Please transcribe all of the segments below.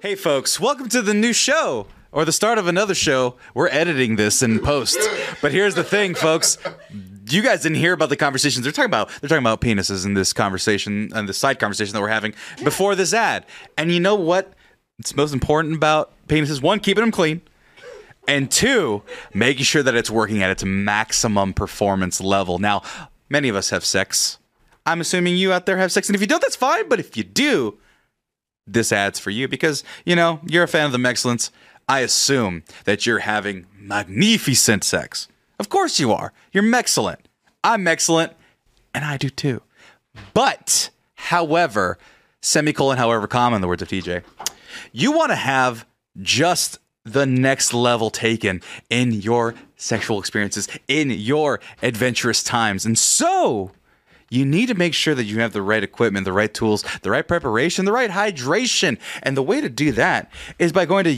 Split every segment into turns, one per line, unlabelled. Hey, folks, welcome to the new show or the start of another show. We're editing this in post. But here's the thing, folks. You guys didn't hear about the conversations they're talking about. They're talking about penises in this conversation and the side conversation that we're having before this ad. And you know what? It's most important about penises one, keeping them clean and two, making sure that it's working at its maximum performance level. Now, many of us have sex. I'm assuming you out there have sex, and if you don't, that's fine. But if you do, this ad's for you because you know you're a fan of the excellence. I assume that you're having magnificent sex. Of course you are. You're excellent. I'm excellent, and I do too. But, however, semicolon, however, comma in the words of TJ, you want to have just the next level taken in your sexual experiences, in your adventurous times. And so you need to make sure that you have the right equipment, the right tools, the right preparation, the right hydration. And the way to do that is by going to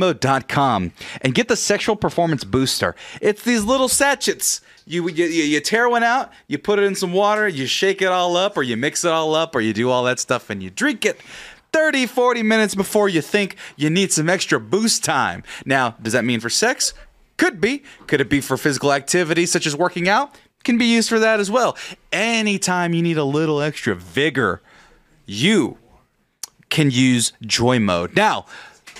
usejoymode.com and get the sexual performance booster. It's these little sachets. You, you, you you tear one out, you put it in some water, you shake it all up, or you mix it all up, or you do all that stuff and you drink it. 30, 40 minutes before you think you need some extra boost time. Now, does that mean for sex? Could be. Could it be for physical activity such as working out? Can be used for that as well. Anytime you need a little extra vigor, you can use Joy Mode. Now,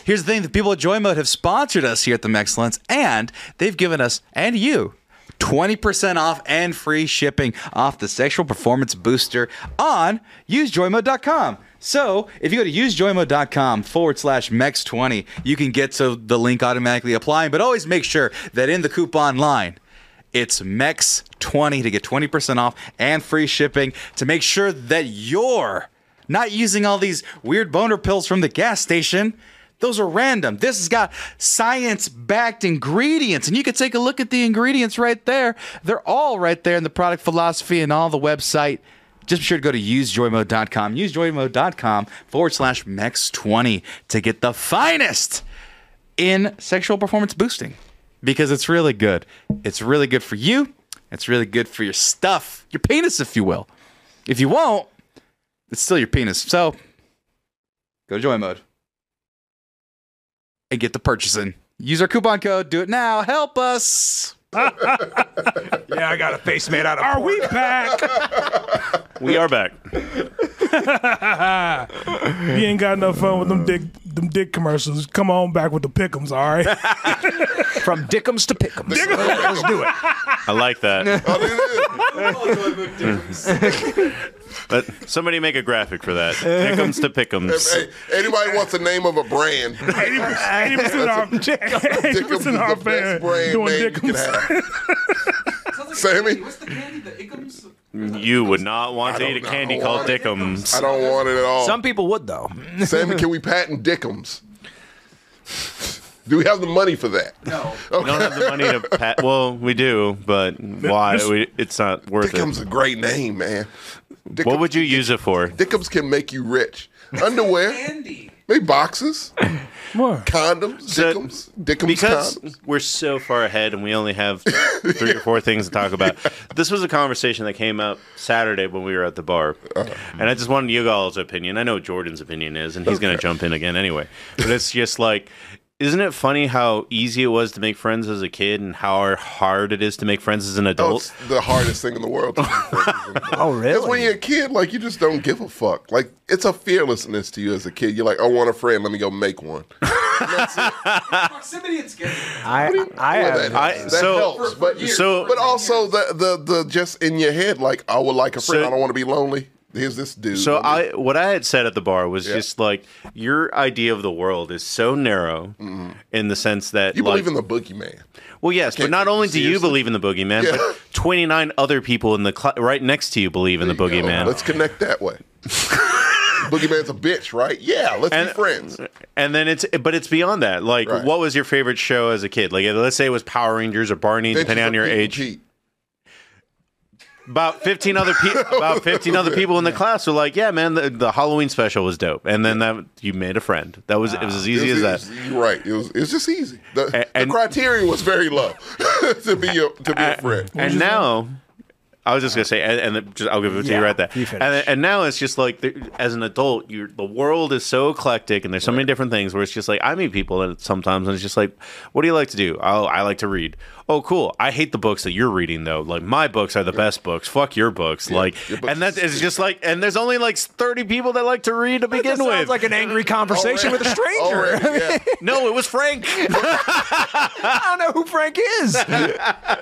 here's the thing the people at Joy Mode have sponsored us here at the Excellence, and they've given us and you 20% off and free shipping off the sexual performance booster on usejoymode.com. So if you go to usejoymode.com forward slash MEX20, you can get to the link automatically applying, but always make sure that in the coupon line, it's MEX20 to get 20% off and free shipping to make sure that you're not using all these weird boner pills from the gas station. Those are random. This has got science backed ingredients, and you can take a look at the ingredients right there. They're all right there in the product philosophy and all the website. Just be sure to go to usejoymode.com, usejoymode.com forward slash MEX20 to get the finest in sexual performance boosting because it's really good. It's really good for you. It's really good for your stuff, your penis, if you will. If you won't, it's still your penis. So go to joy mode and get the purchasing. Use our coupon code. Do it now. Help us.
Yeah, I got a face made out of. Are we back?
We are back.
You ain't got enough fun with them dick them dick commercials. Come on back with the pickums, all right?
From Dickums to Pickums. Let's do it.
I like that.
Oh, look at
Let, somebody make a graphic for that. Pickums to
this.
pickums.
hey, anybody wants the name of a brand?
Eighty percent of our eighty
Dickums is
percent of our
the best
fans
brand
doing
name you can
dickums.
have. Sammy?
What's the candy? The Ickums?
You would not want to
don't
eat a
know.
candy
I
called
want it. I
Dickums.
don't want it at all.
Some people would though.
Sammy, can we patent Dickums? Do we have the money for that?
No.
We don't have the money to pat. Well, we do, but why? We, it's not worth
Dickums is a
it.
great name, man. Dickums,
What would you use it for?
Dickums can make you rich. Underwear,
Candy.
maybe boxes,
What?
condoms,
So-
Dickums, Dickums
because
condoms.
we're so far ahead and we only have three or four things to talk about. This was a conversation that came up Saturday when we were at the bar,
Uh-huh.
and I just wanted you all's opinion. I know Jordan's opinion is, and he's going to jump in again anyway. But it's just like. Isn't it funny how easy it was to make friends as a kid and how hard it is to make friends as an
Oh,
adult?
it's the hardest thing in the world. Because
Oh
when
really?
you're a kid, like you just don't give a fuck. Like it's a fearlessness to you as a kid. You're like, I want a friend. Let me go make one.
Proximity and scary.
I I
Well,
have.
that,
I-
that
so-
helps, but
so-
but also the, the the just in your head, like I would like a friend.
So-
I don't want to be lonely. Here's this dude.
So
Let me-
I, what I had said at the bar was just like your idea of the world is so narrow, in the sense that
Mm-hmm. you
like,
believe in the boogeyman.
Well, yes, but
Can't
not
take you
only do you
seriously.
believe in the boogeyman,
Yeah.
but 29 other people in the cl- right next to you believe in the
There you go.
boogeyman.
Let's connect that way. boogeyman's a bitch, right? Yeah, let's
And-
be friends.
And then it's, but it's beyond that. Like,
Right.
what was your favorite show as a kid? Like, let's say it was Power Rangers or Barney, depending
Bitches
on
are
your
people
age.
cheat.
About 15 other people, about 15 other people in the class were like, yeah, man, the, the Halloween special was dope. And then that you made a friend. That was, it was as easy
It
as that.
was- it was- you're right. It was it's just easy. The, the
and-
criteria was very low to be a, to be a friend.
And now, I was just gonna say, and, and the- just, I'll give it to
Yeah,
you right there.
you
and,
finish.
and now it's just like, the- as an adult, you're, the world is so eclectic, and there's so many different things where it's just like I meet people and sometimes and it's just like, what do you like to do? Oh, I like to read. Oh, cool. I hate the books that you're reading though. Like my books are the best books. Fuck your books. like,
your books
and that
are
is just like, and there's only like 30 people that like to read to begin
That sounds
with.
like an angry conversation with a stranger.
Already, yeah.
no, it was Frank.
I don't know who Frank is.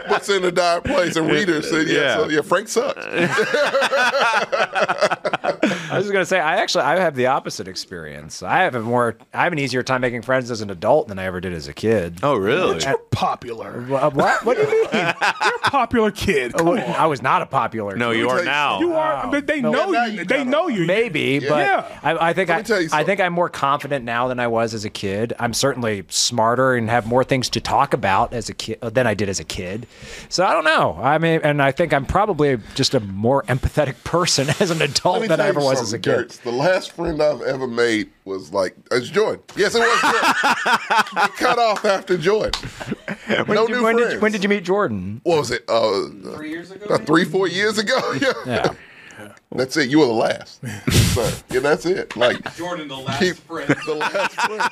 What's in the dire place? And readers said, yeah,
Yeah.
so, yeah, Frank sucks.
I was just gonna say, I actually I have the opposite experience. I have a more I have an easier time making friends as an adult than I ever did as a kid.
oh, really?
You're popular.
Uh, What? What do you mean?
You're a popular kid. Come on.
I was not a popular.
No,
kid.
you
me
are
tell you
You
now.
are. But they know
now
you.
you
They
kinda
know you.
Maybe, but
Yeah.
I, I think
Let me tell
I,
you
I
something.
think I'm more confident now than I was as a kid. I'm certainly smarter and have more things to talk about as a kid than I did as a kid. So I don't know. I mean, and I think I'm probably just a more empathetic person as an adult
Let me
than I
tell
ever
you
was as a
something,
kid.
Gertz. The last friend I've ever made was like it's Jordan. Yes, it was Jordan. They cut off after Jordan.
When,
no
did,
new
when,
friends.
did, when did you meet Jordan?
What was it? Uh, three years ago. three, four years ago. yeah.
Yeah.
That's it. You were the last. so, yeah, that's it. Like
Jordan, the last
keep
friend.
the last friend.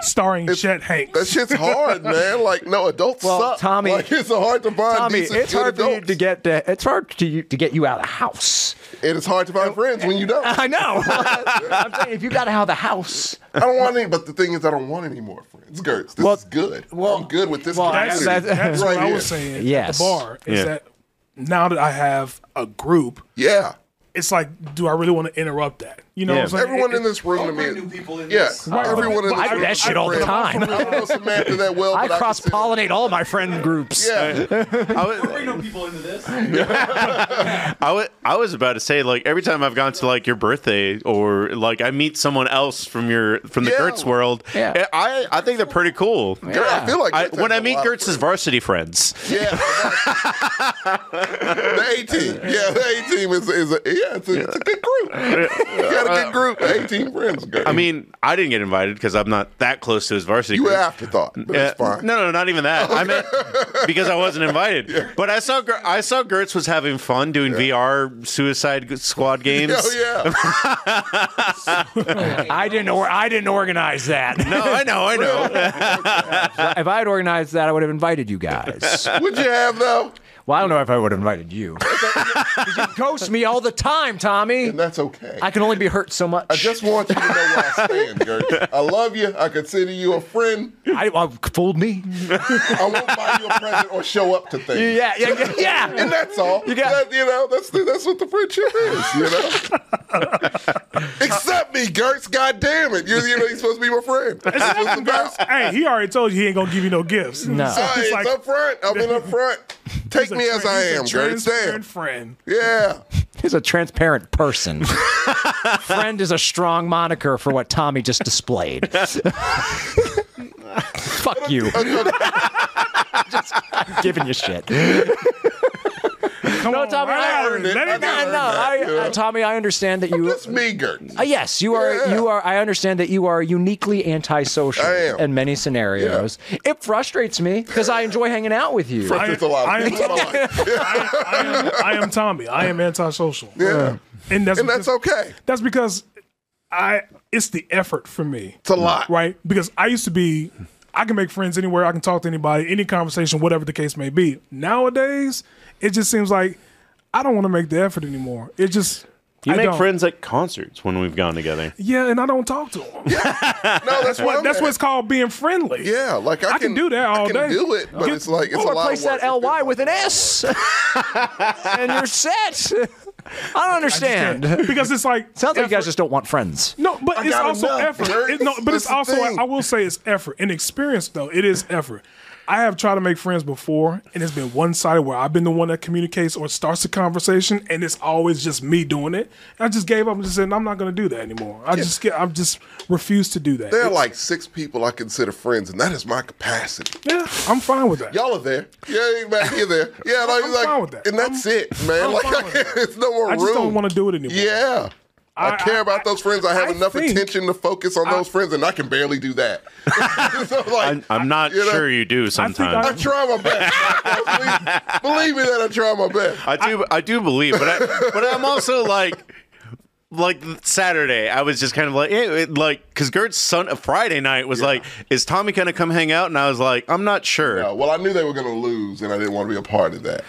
Starring Chet Hanks.
That shit's hard, man. Like no, adults
Well,
suck.
Tommy-
like, it's hard to find.
Tommy,
decent,
it's
good
hard for you
adults.
to get to, it's hard to you to get you out of the house.
And it's hard to find friends when you don't.
I
I
know. I'm saying if you got out of the house,
don't want any. But the thing is, I don't want any more friends. Gertz, this
Well-
is good.
well,
I'm good with this.
well,
That's,
community.
That's-
that's
right
what I
here.
was saying
Yes.
at the bar. Is
Yeah.
that now that I have a group,
Yeah.
it's like, do I really want to interrupt that? You know
Yeah.
what I'm saying?
Everyone
It-
in this room to me.
bring new people in
yeah,
this.
everyone in this
I do
room.
that
is
shit
my
all the
friend.
time.
I don't know Samantha that well.
I
but
cross
consider-
pollinate all my friend groups.
Yeah,
I was-
Bring no people into this.
I wa- I was about to say like every time I've gone to like your birthday or like I meet someone else from your from the
Yeah.
Gertz world. eh,
Yeah.
I I think they're pretty cool.
Girl, I feel like
I,
Gertz
when
has
I
a
meet
lot of
Gertz's varsity friends,
Yeah. the A team. Yeah, the A team is, is a, yeah, it's a, it's a good group. You got a good group. The A team friends, girl.
Uh, I mean, I didn't get invited because I'm not that close to his varsity.
Mm-hmm. you were
group.
afterthought, but it's
Uh,
fine.
No, no, not even that. I meant because I wasn't invited. But I saw Ger- I saw Gertz was having fun doing VR Suicide Squad games.
Oh yeah,
I didn't or I didn't organize that.
No, I know, I know.
if I had organized that, I would have invited you guys.
would you have though?
well, I don't know if I would have invited you. 'Cause you ghost me all the time, Tommy.
And that's okay.
I can only be hurt so much.
I just want you to know where I stand, Gert. I love you. I consider you a friend.
I, I- fooled me.
I won't buy you a present or show up to things.
Yeah, yeah, yeah. yeah.
And that's all. You,
got-
you know, that's the, that's what the friendship is, you know? Accept me, Gertz. God damn it. You, you know, you're supposed to be my friend. This was the best.
hey, he already told you he ain't gonna give you no gifts.
No.
So
Hey,
it's
it's
like,
up front. I've been up front. Take
he's a
me as
tra-
I
he's a
am, Gertz. Damn.
transparent friend.
Yeah.
He's a transparent person. Friend is a strong moniker for what Tommy just displayed. Fuck you. just giving you shit.
Come
No,
on,
Tommy, I,
I
no,
earned it. I
no,
earned
I,
that, yeah.
Tommy, I understand that you.
It's me, Gertz.
Uh, yes, you are.
Yeah.
You are. I understand that you are uniquely antisocial
I am.
in many scenarios. It frustrates me because I enjoy hanging out with you.
Frustrates a lot
I-
of people in my life.
I, am, I am Tommy. I am antisocial. Yeah. And that's
And that's
because,
okay.
that's because I it's the effort for me.
It's a lot.
right? Because I used to be, I can make friends anywhere, I can talk to anybody, any conversation, whatever the case may be. Nowadays, it just seems like I don't want to make the effort anymore. It just
You
I
make
don't.
friends at concerts when we've gone together.
yeah, and I don't talk to them.
No, that's what.
That's what's called being friendly.
Yeah, like I,
I can do that all
I can
day.
do it, but
Get-
it's like it's
or
a lot
replace
of work.
that ly with an s, and you're set. I don't understand.
because it's like
Sounds like you guys
effort.
just don't want friends.
No, but it's
got
also
enough,
effort.
Kurt.
It- no, but
That's
it's
the
also
thing.
I will say it's effort. In experience though, it is effort. I have tried to make friends before, and it's been one sided where I've been the one that communicates or starts the conversation, and it's always just me doing it. I just gave up and just said I'm not going to do that anymore. I just get, I just refuse to do that.
There are like six people I consider friends, and that is my capacity.
yeah, I'm fine with that.
Y'all are there. Yeah, you back here there. Yeah, like,
I'm
like,
fine with that.
and that's it, man.
I'm
like,
fine with that.
it's no more
I just
room.
don't want to do it anymore.
Yeah, I,
I-
care about those friends. I have
I
enough
think-
attention to focus on those friends, and I can barely do that. so like,
I'm, I'm not
you know,
sure you do sometimes.
I try my best. believe, believe me that I try my best.
I do, I, do believe, but I, but I'm also like, like Saturday, I was just kind of like, eh, it- like, because Gert's son Friday night was like, is Tommy gonna come hang out? And I was like, I'm not sure.
Uh, well, I knew they were going to lose, and I didn't want to be a part of that.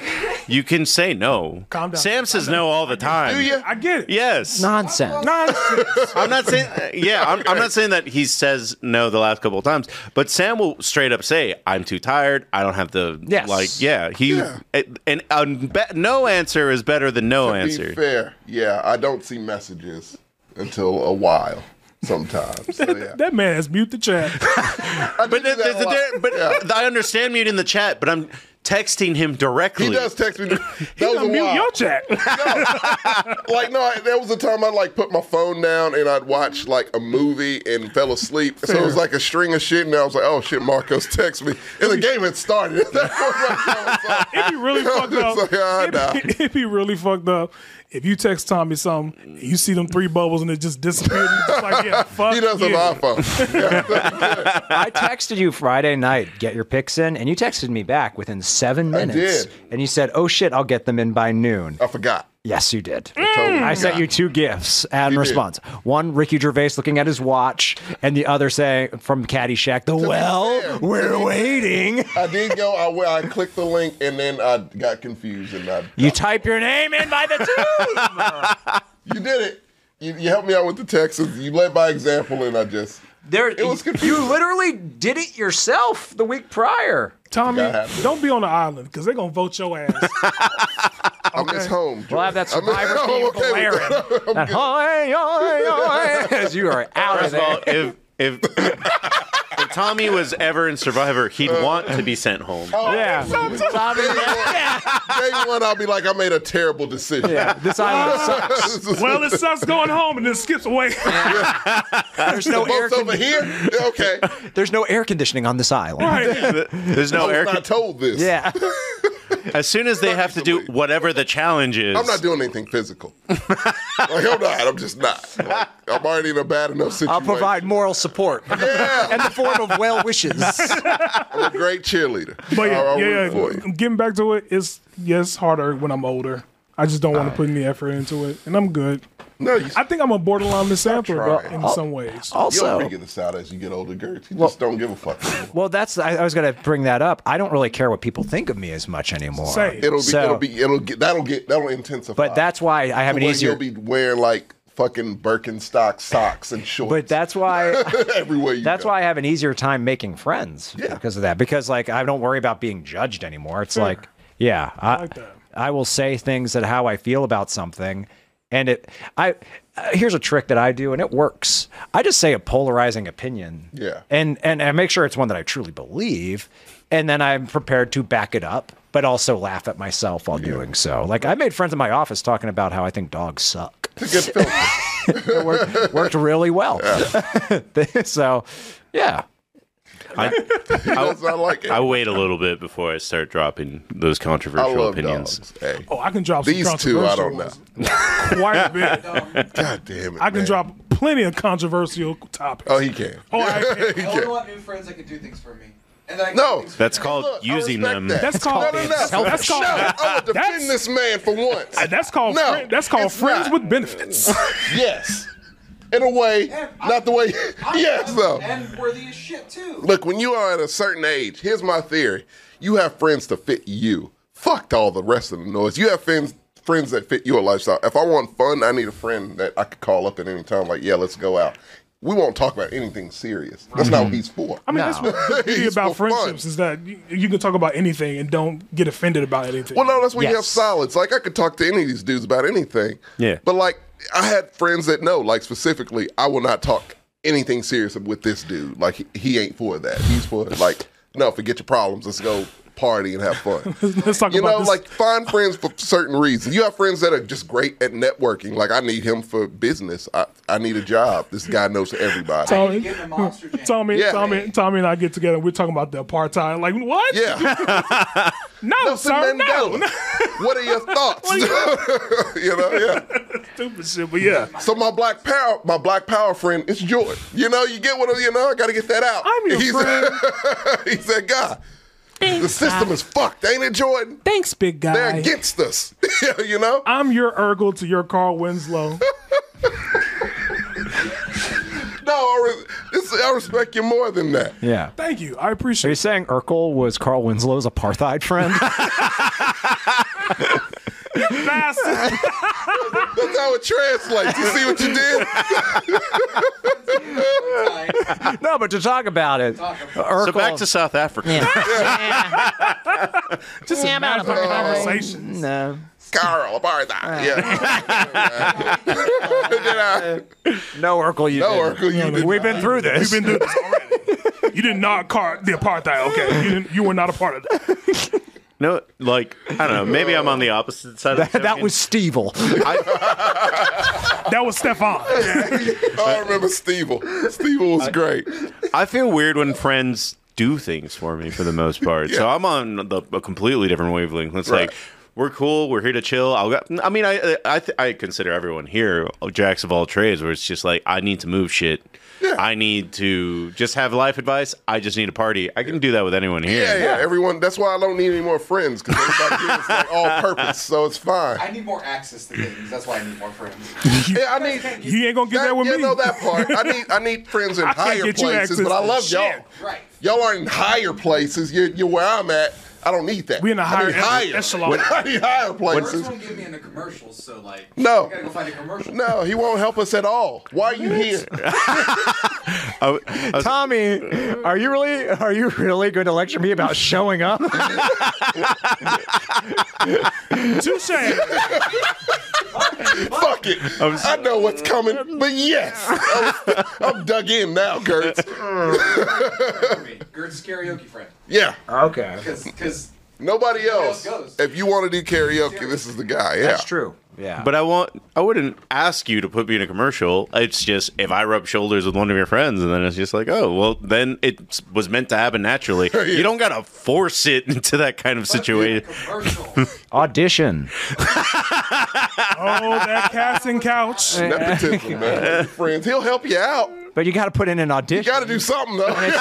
You can say no.
Calm down.
Sam says no all the time.
Do you?
I get it.
Yes.
Nonsense.
Nonsense.
I'm not saying. Yeah, I'm, I'm not saying that he says no the last couple of times, but Sam will straight up say, "I'm too tired. I don't have the
Yes.
like." Yeah, he eh,
Yeah.
and a be- no answer is better than no
Be
answer.
fair. Yeah, I don't see messages until a while sometimes. So, yeah.
that man has mute the chat.
I do
But
do
th-
that
there's a
lot.
di- but
Yeah.
I understand mute in the chat, but I'm texting him directly.
He does text me. That was a
Mute
while.
your chat.
like no, I, there was a time I like put my phone down and I'd watch like a movie and fell asleep. So it was like a string of shit, and I was like, oh shit, Marcos text me, and the game had started. At that point,
It'd be really fucked up.
It's like, ah,
it'd, be, it'd be really fucked up if you text Tommy something, and you see them three bubbles and it just disappeared. and It's like, yeah, fuck.
he doesn't
yeah.
have an iPhone.
I texted you Friday night, get your picks in, and you texted me back within seven minutes.
did.
And you said, oh shit, I'll get them in by noon.
I forgot.
Yes, you did.
Totally
I
forgot.
sent you two gifts and
Mm. did.
response. One, Ricky Gervais looking at his watch, and the other saying from Caddyshack, the
fair,
well,
to
we're
be
waiting.
I did go. I went- I clicked the link and then I got confused and I
You type your name in by the tube.
you did it. You, you helped me out with the text. You led by example, and I just
There,
It was confusing.
you literally did it yourself the week prior.
Tommy,
That happened.
don't be on the island because they're gonna vote your ass.
I miss home.
We'll have that
Jordan. I miss-
survivor
I'm oh,
theme
okay with
blaring. That, "Oi, oi,
that.
oi," as you are out of
First of all,
there.
if if. if Tommy was ever in Survivor, he'd want to be sent home.
Oh.
Yeah.
Day one, day one, I'll be like, I made a terrible decision.
Yeah, this island sucks.
This is-
well, it sucks going home and then skips away.
There's no air.
boats
con-
over here. Yeah, Okay,
There's no air conditioning on this island.
right.
There's no
I
air.
was Oh, not told this.
Yeah.
As soon as they have to do whatever the challenge is,
I'm not doing anything physical. like I'm not. I'm just not. Like, I'm already in a bad enough situation.
I'll provide moral support
Yeah,
in the form of well wishes.
I'm a great cheerleader.
But yeah,
I'll, I'll
yeah,
root
yeah,
for you.
getting back to it, it's yes harder when I'm older. I just don't want to put any effort into it, and I'm good.
No, you.
I think I'm a borderline misanthrope
trying. Oh,
in some ways.
You'll
Also,
figure this out as you get older, Gertz. You just don't give a fuck. anymore.
well, that's I, I was gonna bring that up. I don't really care what people think of me as much anymore.
Same.
It'll be,
So-
it'll be, it'll get, that'll get, that'll intensify.
But that's why I have an
Where
easier.
You'll be wearing like fucking Birkenstock socks and shorts.
But that's why
everywhere you
that's
go.
why I have an easier time making friends because of that. Because like I don't worry about being judged anymore. It's like yeah, I,
like that.
I will say things that how I feel about something, and it I uh, here's a trick that I do and it works. I just say a polarizing opinion.
Yeah.
and and I make sure it's one that I truly believe, and then I'm prepared to back it up. But also laugh at myself while doing so. Like I made friends in my office talking about how I think dogs suck.
It's a good filter.
It worked, worked really well. so, yeah.
That's what I like it.
I
I,
wait a little bit before I start dropping those controversial
love
opinions.
dogs. Hey,
Oh, I can drop some
these two, I don't know.
controversial ones. Quite a bit.
God damn it.
I can
man.
drop plenty of controversial topics.
Oh, he can.
Oh, I-
He
I only
can.
want new friends that can do things for me. And that I can
No.
do things for
That's
you.
called
Look, I
using
respect
them.
that.
that's called
no, no, no.
that's called
No, I will
that's- Uh,
defend this man for once.
that's called
No,
friend- that's called
it's
friends
not.
with benefits.
Yes. In a way, not the way.
I'm
yes,
young
though.
And worthy as shit, too.
Look, when you are at a certain age, here's my theory: you have friends to fit you. Fucked all the rest of the noise. You have friends friends that fit your lifestyle. If I want fun, I need a friend that I could call up at any time. Like, yeah, let's go out. We won't talk about anything serious. That's not what he's for.
I mean, that's what the beauty
It's
about
for fun.
friendships is that you, you can talk about anything and don't get offended about anything.
Well, no, that's when you have
Yes.
solids. Like I could talk to any of these dudes about anything.
Yeah.
But like I had friends that know, like specifically, I will not talk anything serious with this dude. Like he, he ain't for that. He's for like no, forget your problems. Let's go party and have fun.
Let's talk
you
about
know,
this.
like find friends for certain reasons. You have friends that are just great at networking. Like I need him for business. I, I need a job. This guy knows everybody.
Tommy,
Get in the monster jam.
Tommy,
Yeah.
Tommy, Tommy, and I get together. and We're talking about the apartheid. Like what?
yeah,
No,
Nelson
sir, no.
Mandela. what are your thoughts? you know, yeah.
stupid shit, but yeah.
So my black power, my black power friend, it's Jordan. You know, you get what I- you know. I got to get that out.
I'm your
he's,
friend.
he's that guy. the system is fucked, ain't it, Jordan?
Thanks, big
They're
guy.
against us. you know.
I'm your Urkel to your Carl Winslow.
No, I, re- this, I respect you more than that.
Yeah.
Thank you. I
Are
appreciate
you
it.
saying Urkel was Carl Winslow's apartheid friend?
Bastard.
That's how it translates. You see what you did?
no, but to talk about it, Urkel.
So back to South Africa.
Just
Yeah, about
imagine the
a fucking-
conversation.
No.
Carl
Uh.
Bartha. Yeah. Did I?
no Urkel. You
No,
didn't.
Urkel, you did
We've been through
You've
this.
been doing this already. You did not car the apartheid. Okay, you, didn't, you were not a part of that.
No, like I don't know. Maybe I'm on the opposite side. of the
that, that
token.
was Stevel.
That was Stefan.
Oh, I remember Stevel. Stevel was great.
I feel weird when friends do things for me for the most part. So I'm on the, a completely different wavelength. It's
Right.
like we're cool. We're here to chill. I'll go, I mean, I I, th- I consider everyone here jacks of all trades. Where it's just like I need to move shit. I need to just have life advice. I just need a party. I can do that with anyone here.
Yeah, yeah. Everyone. That's why I don't need any more friends because everybody here is like all purpose, so it's fine.
I need more access to things. That's why I need more friends.
Yeah, I need.
You ain't gonna get that with
you
me.
know that part. I need I need friends in
I can't
higher
get you
places,
access
but I
to
love
shit.
y'all.
Right.
Y'all are in higher places. You're, you're where I'm at. I don't need that.
We in a
I
higher
need
ech- echelon.
When I need higher
First
places.
one gave me in the commercials, so like
No.
I gotta go find a commercial.
No, he won't help us at all. Why are you here?
I w- I was-
Tommy, are you really are you really going to lecture me about showing up?
Touche. Oh,
Fuck it. I know what's coming, but yes, I'm, I'm dug in now, Kurtz.
For me. Gert's karaoke friend.
Yeah,
okay,
Because because
nobody else.
else goes.
If you want to do karaoke, this is the guy. Yeah,
that's true. Yeah,
but I won't. I wouldn't ask you to put me in a commercial. It's just if I rub shoulders with one of your friends, and then it's just like, oh, well, then it was meant to happen naturally. You don't gotta force it into that kind of situation.
commercial.
audition.
Oh, that casting couch.
Nepotism, man. Friends, he'll help you out.
But you got to put in an
You
audition.
got to do something though.
it's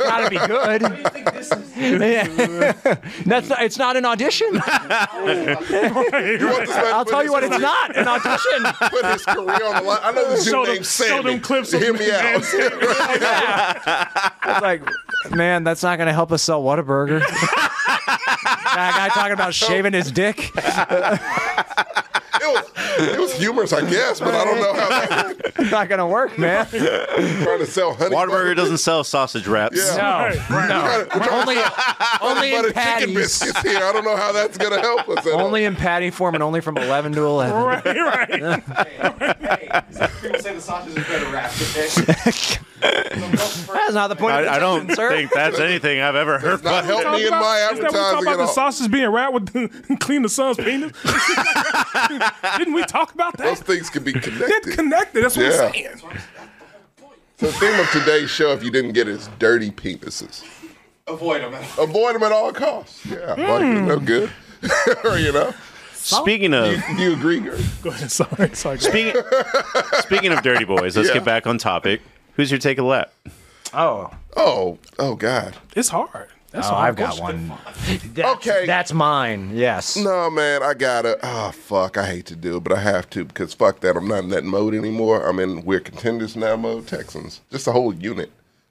got to be good.
I think this is
Yeah. That's not, it's not an audition. I'll tell you what, it's not an audition.
put his career on the line. I know this dude
Show them,
named
show
Sammy.
them clips of
Hear me
man
out.
saying
It's like, man, that's not going to help us sell Whataburger. that guy talking about shaving his dick.
it, was, it was humorous, I guess, but I don't know how that
Not going to work, man.
trying to sell honey.
Waterburger
butter-
doesn't sell sausage wraps.
Yeah.
No, no. Only, only
butter
in
chicken
patties.
biscuits here. I don't know how that's gonna help us. At all.
Only in patty form and only from 11 to 11.
Right, right.
Hey, some people say the sausage is better wrapped. Okay. So
That's not the point.
I,
of
I don't
contention, sir.
think that's anything I've ever heard.
not
but-
help me in my
Is that we talking
advertising
about
at
the
all.
sausage being wrapped with the- clean the sun's penis? Didn't we talk about
Those
that?
things can be
It's
connected.
connected. That's what
Yeah.
I'm saying.
I'm just- that's the whole point.
The theme of today's show, if you didn't get it, is dirty penises.
Avoid them.
Avoid them at all costs. Yeah, like,
Hmm.
no good. you know,
Speaking of
do you agree, Gert?
Go ahead. Sorry. Sorry.
speaking, speaking of dirty boys, let's
Yeah.
get back on topic. Who's your take of the lap?
Oh,
Oh, oh God.
It's hard. That's
oh
hard.
I've got one. That's,
Okay.
That's mine, yes.
No, man, I gotta. Oh, fuck. I hate to do it, but I have to because fuck that. I'm not in that mode anymore. I'm in we're contenders now mode, Texans. Just a whole unit.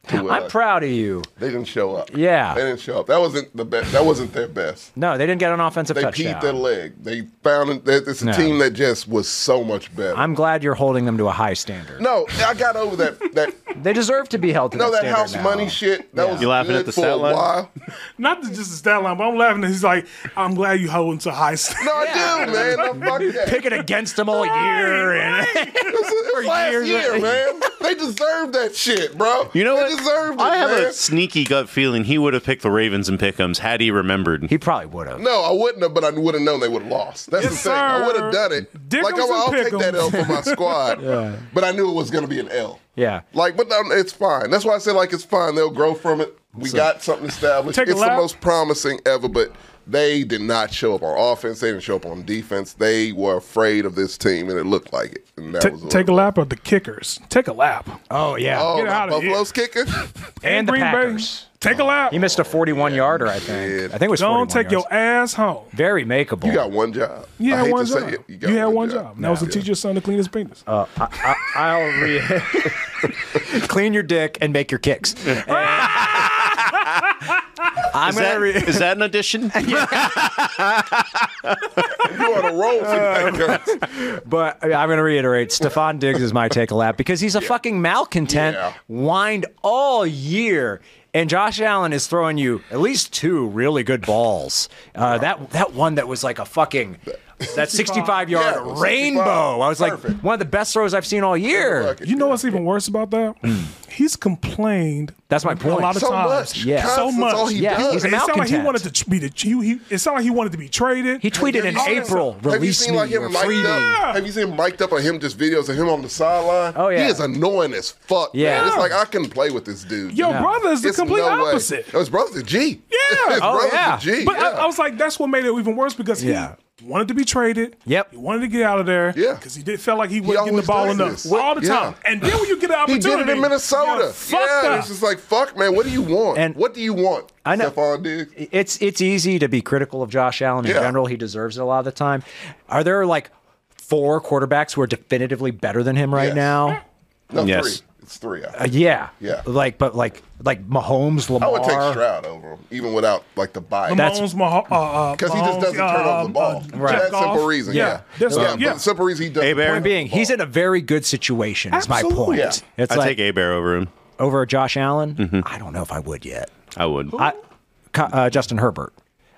To, uh,
I'm proud of you.
they didn't show up.
Yeah.
They didn't show up. That wasn't the best. That wasn't their best.
No, they didn't get an offensive
They peed their
touchdown.
leg. They found that it's a
No.
team that just was so much better.
I'm glad you're holding them to a high standard.
no, I got over that. That
They deserve to be held to
no,
that
that
standard
house
now.
money shit. That
Yeah.
was
You laughing
good
at the
for a
stat line?
while.
Not that just the stat line, but I'm laughing. At he's like, I'm glad you holding to high standards.
No, I do, man. No, fuck that.
Picking against them all year. And
It was last
years.
year, man. They deserved that shit, bro.
You know
they
what?
Deserved it,
I have
man.
a sneaky gut feeling he would have picked the Ravens and Pickums had he remembered.
he probably would have.
No, I wouldn't have, but I would have known they would have lost. That's
Yes,
the thing. I
sir.
would have done it.
Dick'ems
like, I'll, I'll
and
take that
pick'ems.
L for my squad. But I knew it was going to be an L.
Yeah.
Like, but um, it's fine. That's why I say, like, it's fine. They'll grow from it. We got something established.
Take a
It's the
lap.
most promising ever, but They did not show up on offense. They didn't show up on defense. They were afraid of this team, and it looked like it. And that was
T- take a lap of the kickers. Take a lap.
Oh yeah,
Oh,
Get
not
outta here.
Buffalo's kicker.
and the
Green Bay,
Packers.
Take a
Oh.
lap.
He missed a 41 yarder, I think. I think it was.
Don't
41
take
yards.
your ass home.
Very makeable.
You got one job.
You
I
had
hate
one
to
job.
say it.
You,
got
had one job. And that was to
Yeah.
teach your son to clean his penis.
Uh, I'll re- clean your dick and make your kicks. And- I'm
Is that,
gonna re-
is that an addition?
You on a roll
Uh,
tonight.
but I'm gonna reiterate. Stefan Diggs is my take a lap because he's a fucking malcontent,
Yeah.
whined all year. And Josh Allen is throwing you at least two really good balls. Uh, that that one that was like a fucking that 65 yard
Yeah, it was 65.
rainbow. I was like
Perfect.
one of the best throws I've seen all year.
Fuck it.
you know what's even worse about that? He's complained.
mm. That's my point.
A lot of
so
times.
much.
Yeah.
So
Constance,
much.
All he
Yeah,
does.
he's a
It sounded like he
malcontent.
wanted to ch- be the he, he it sounded like he wanted to be traded.
He tweeted in
Have you seen-
April,
Have you
release
seen
me
like
or
him
free
mic'd
me.
up? Have you seen him mic'd up on him? Just videos of him on the sideline.
Oh, yeah.
he is annoying as fuck.
Yeah.
man. it's like I couldn't play with this dude.
Your
No.
brother is the
It's
complete
no way.
opposite.
No, his brother's a G.
Yeah.
his
Oh,
brother's
yeah.
a G.
But
yeah.
I, I was like, that's what made it even worse because
Yeah.
he wanted to be traded.
Yep.
He wanted to get out of there.
Yeah.
Because he did felt like he wasn't getting the ball
always does
enough
this.
all the
Yeah.
time. And then when you get an
he
opportunity,
did it in Minnesota.
you're fucked
yeah,
up.
it's just like fuck, man. What do you want?
And-
what do you want?
I know-
Stephon Diggs.
It's it's easy to be critical of Josh Allen in
Yeah.
general. He deserves it a lot of the time. Are there like four quarterbacks who are definitively better than him right
Yes.
now?
No,
Yes.
three. It's three. I think.
Uh, yeah.
Yeah.
Like but like like Mahomes, Lamar.
I would take Stroud over him, even without like the bias.
That's-
Mahomes, Maho- uh, uh,
because he just
Mahomes,
doesn't turn
uh,
over the ball.
uh,
For
Jared
that simple
Goff.
reason, yeah.
There's-
yeah,
yeah.
for the simple reason he doesn't.
Hey, Bear.
turn
Point being,
over the
he's
ball.
in a very good situation. Is my
Absolutely.
point.
Yeah.
It's
I
like
take Mm-hmm. Abear over him.
over Josh Allen. I don't know if I would yet.
I would.
I, Ca- uh, Justin Herbert.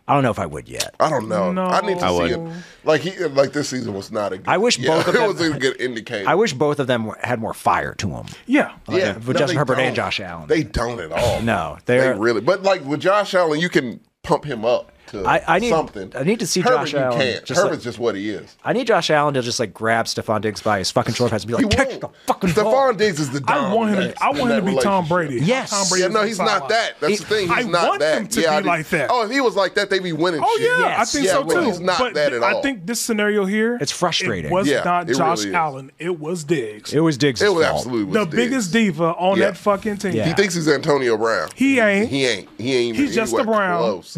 I don't know if I would yet.
I don't know.
No.
I need to
I
see
wouldn't.
him. Like he, like this season was not a. Good,
I wish
yeah,
both of them-
It was a good indicator.
I wish both of them were- had more fire to them.
Yeah.
Yeah,
with Justin
they
Herbert and
don't.
Josh Allen.
They don't at all.
No,
they
they're
really. But like with Josh Allen, you can pump him up to
I- I need-
something.
I need to see
Herbert,
Josh
you
Allen
Can't.
just
Herbert's
like-
just what he is.
I need Josh Allen to just like grab Stephon Diggs by his fucking short pants and be
He
like, catch
won't.
the fucking ball.
Stephon Diggs is the.
I
dog
want him.
in that-
To, I
in
want him to
that
be Tom
relationship.
Brady.
Yes.
Tom Brady
Yeah,
is
no,
on
he's
the
not
sideline.
that. That's the
He-
thing. He's
I
not
want
that.
him to
yeah,
be
I did-
like that.
Oh, if he was like that, they'd be winning.
Oh
shit.
yeah,
Yes.
I think
Yeah,
so
well,
too.
he's not
but
that
th-
at all.
I think this scenario here,
It's frustrating.
It was
Yeah,
not
it
Josh
really is.
Allen. It was Diggs,
It was Diggs'
It was
fault.
absolutely
the
was
biggest
Diggs.
diva on
Yeah.
that fucking team.
Yeah.
He thinks he's Antonio Brown.
He ain't.
He ain't. He ain't. Even
He's just
anywhere
a Brown.
Close.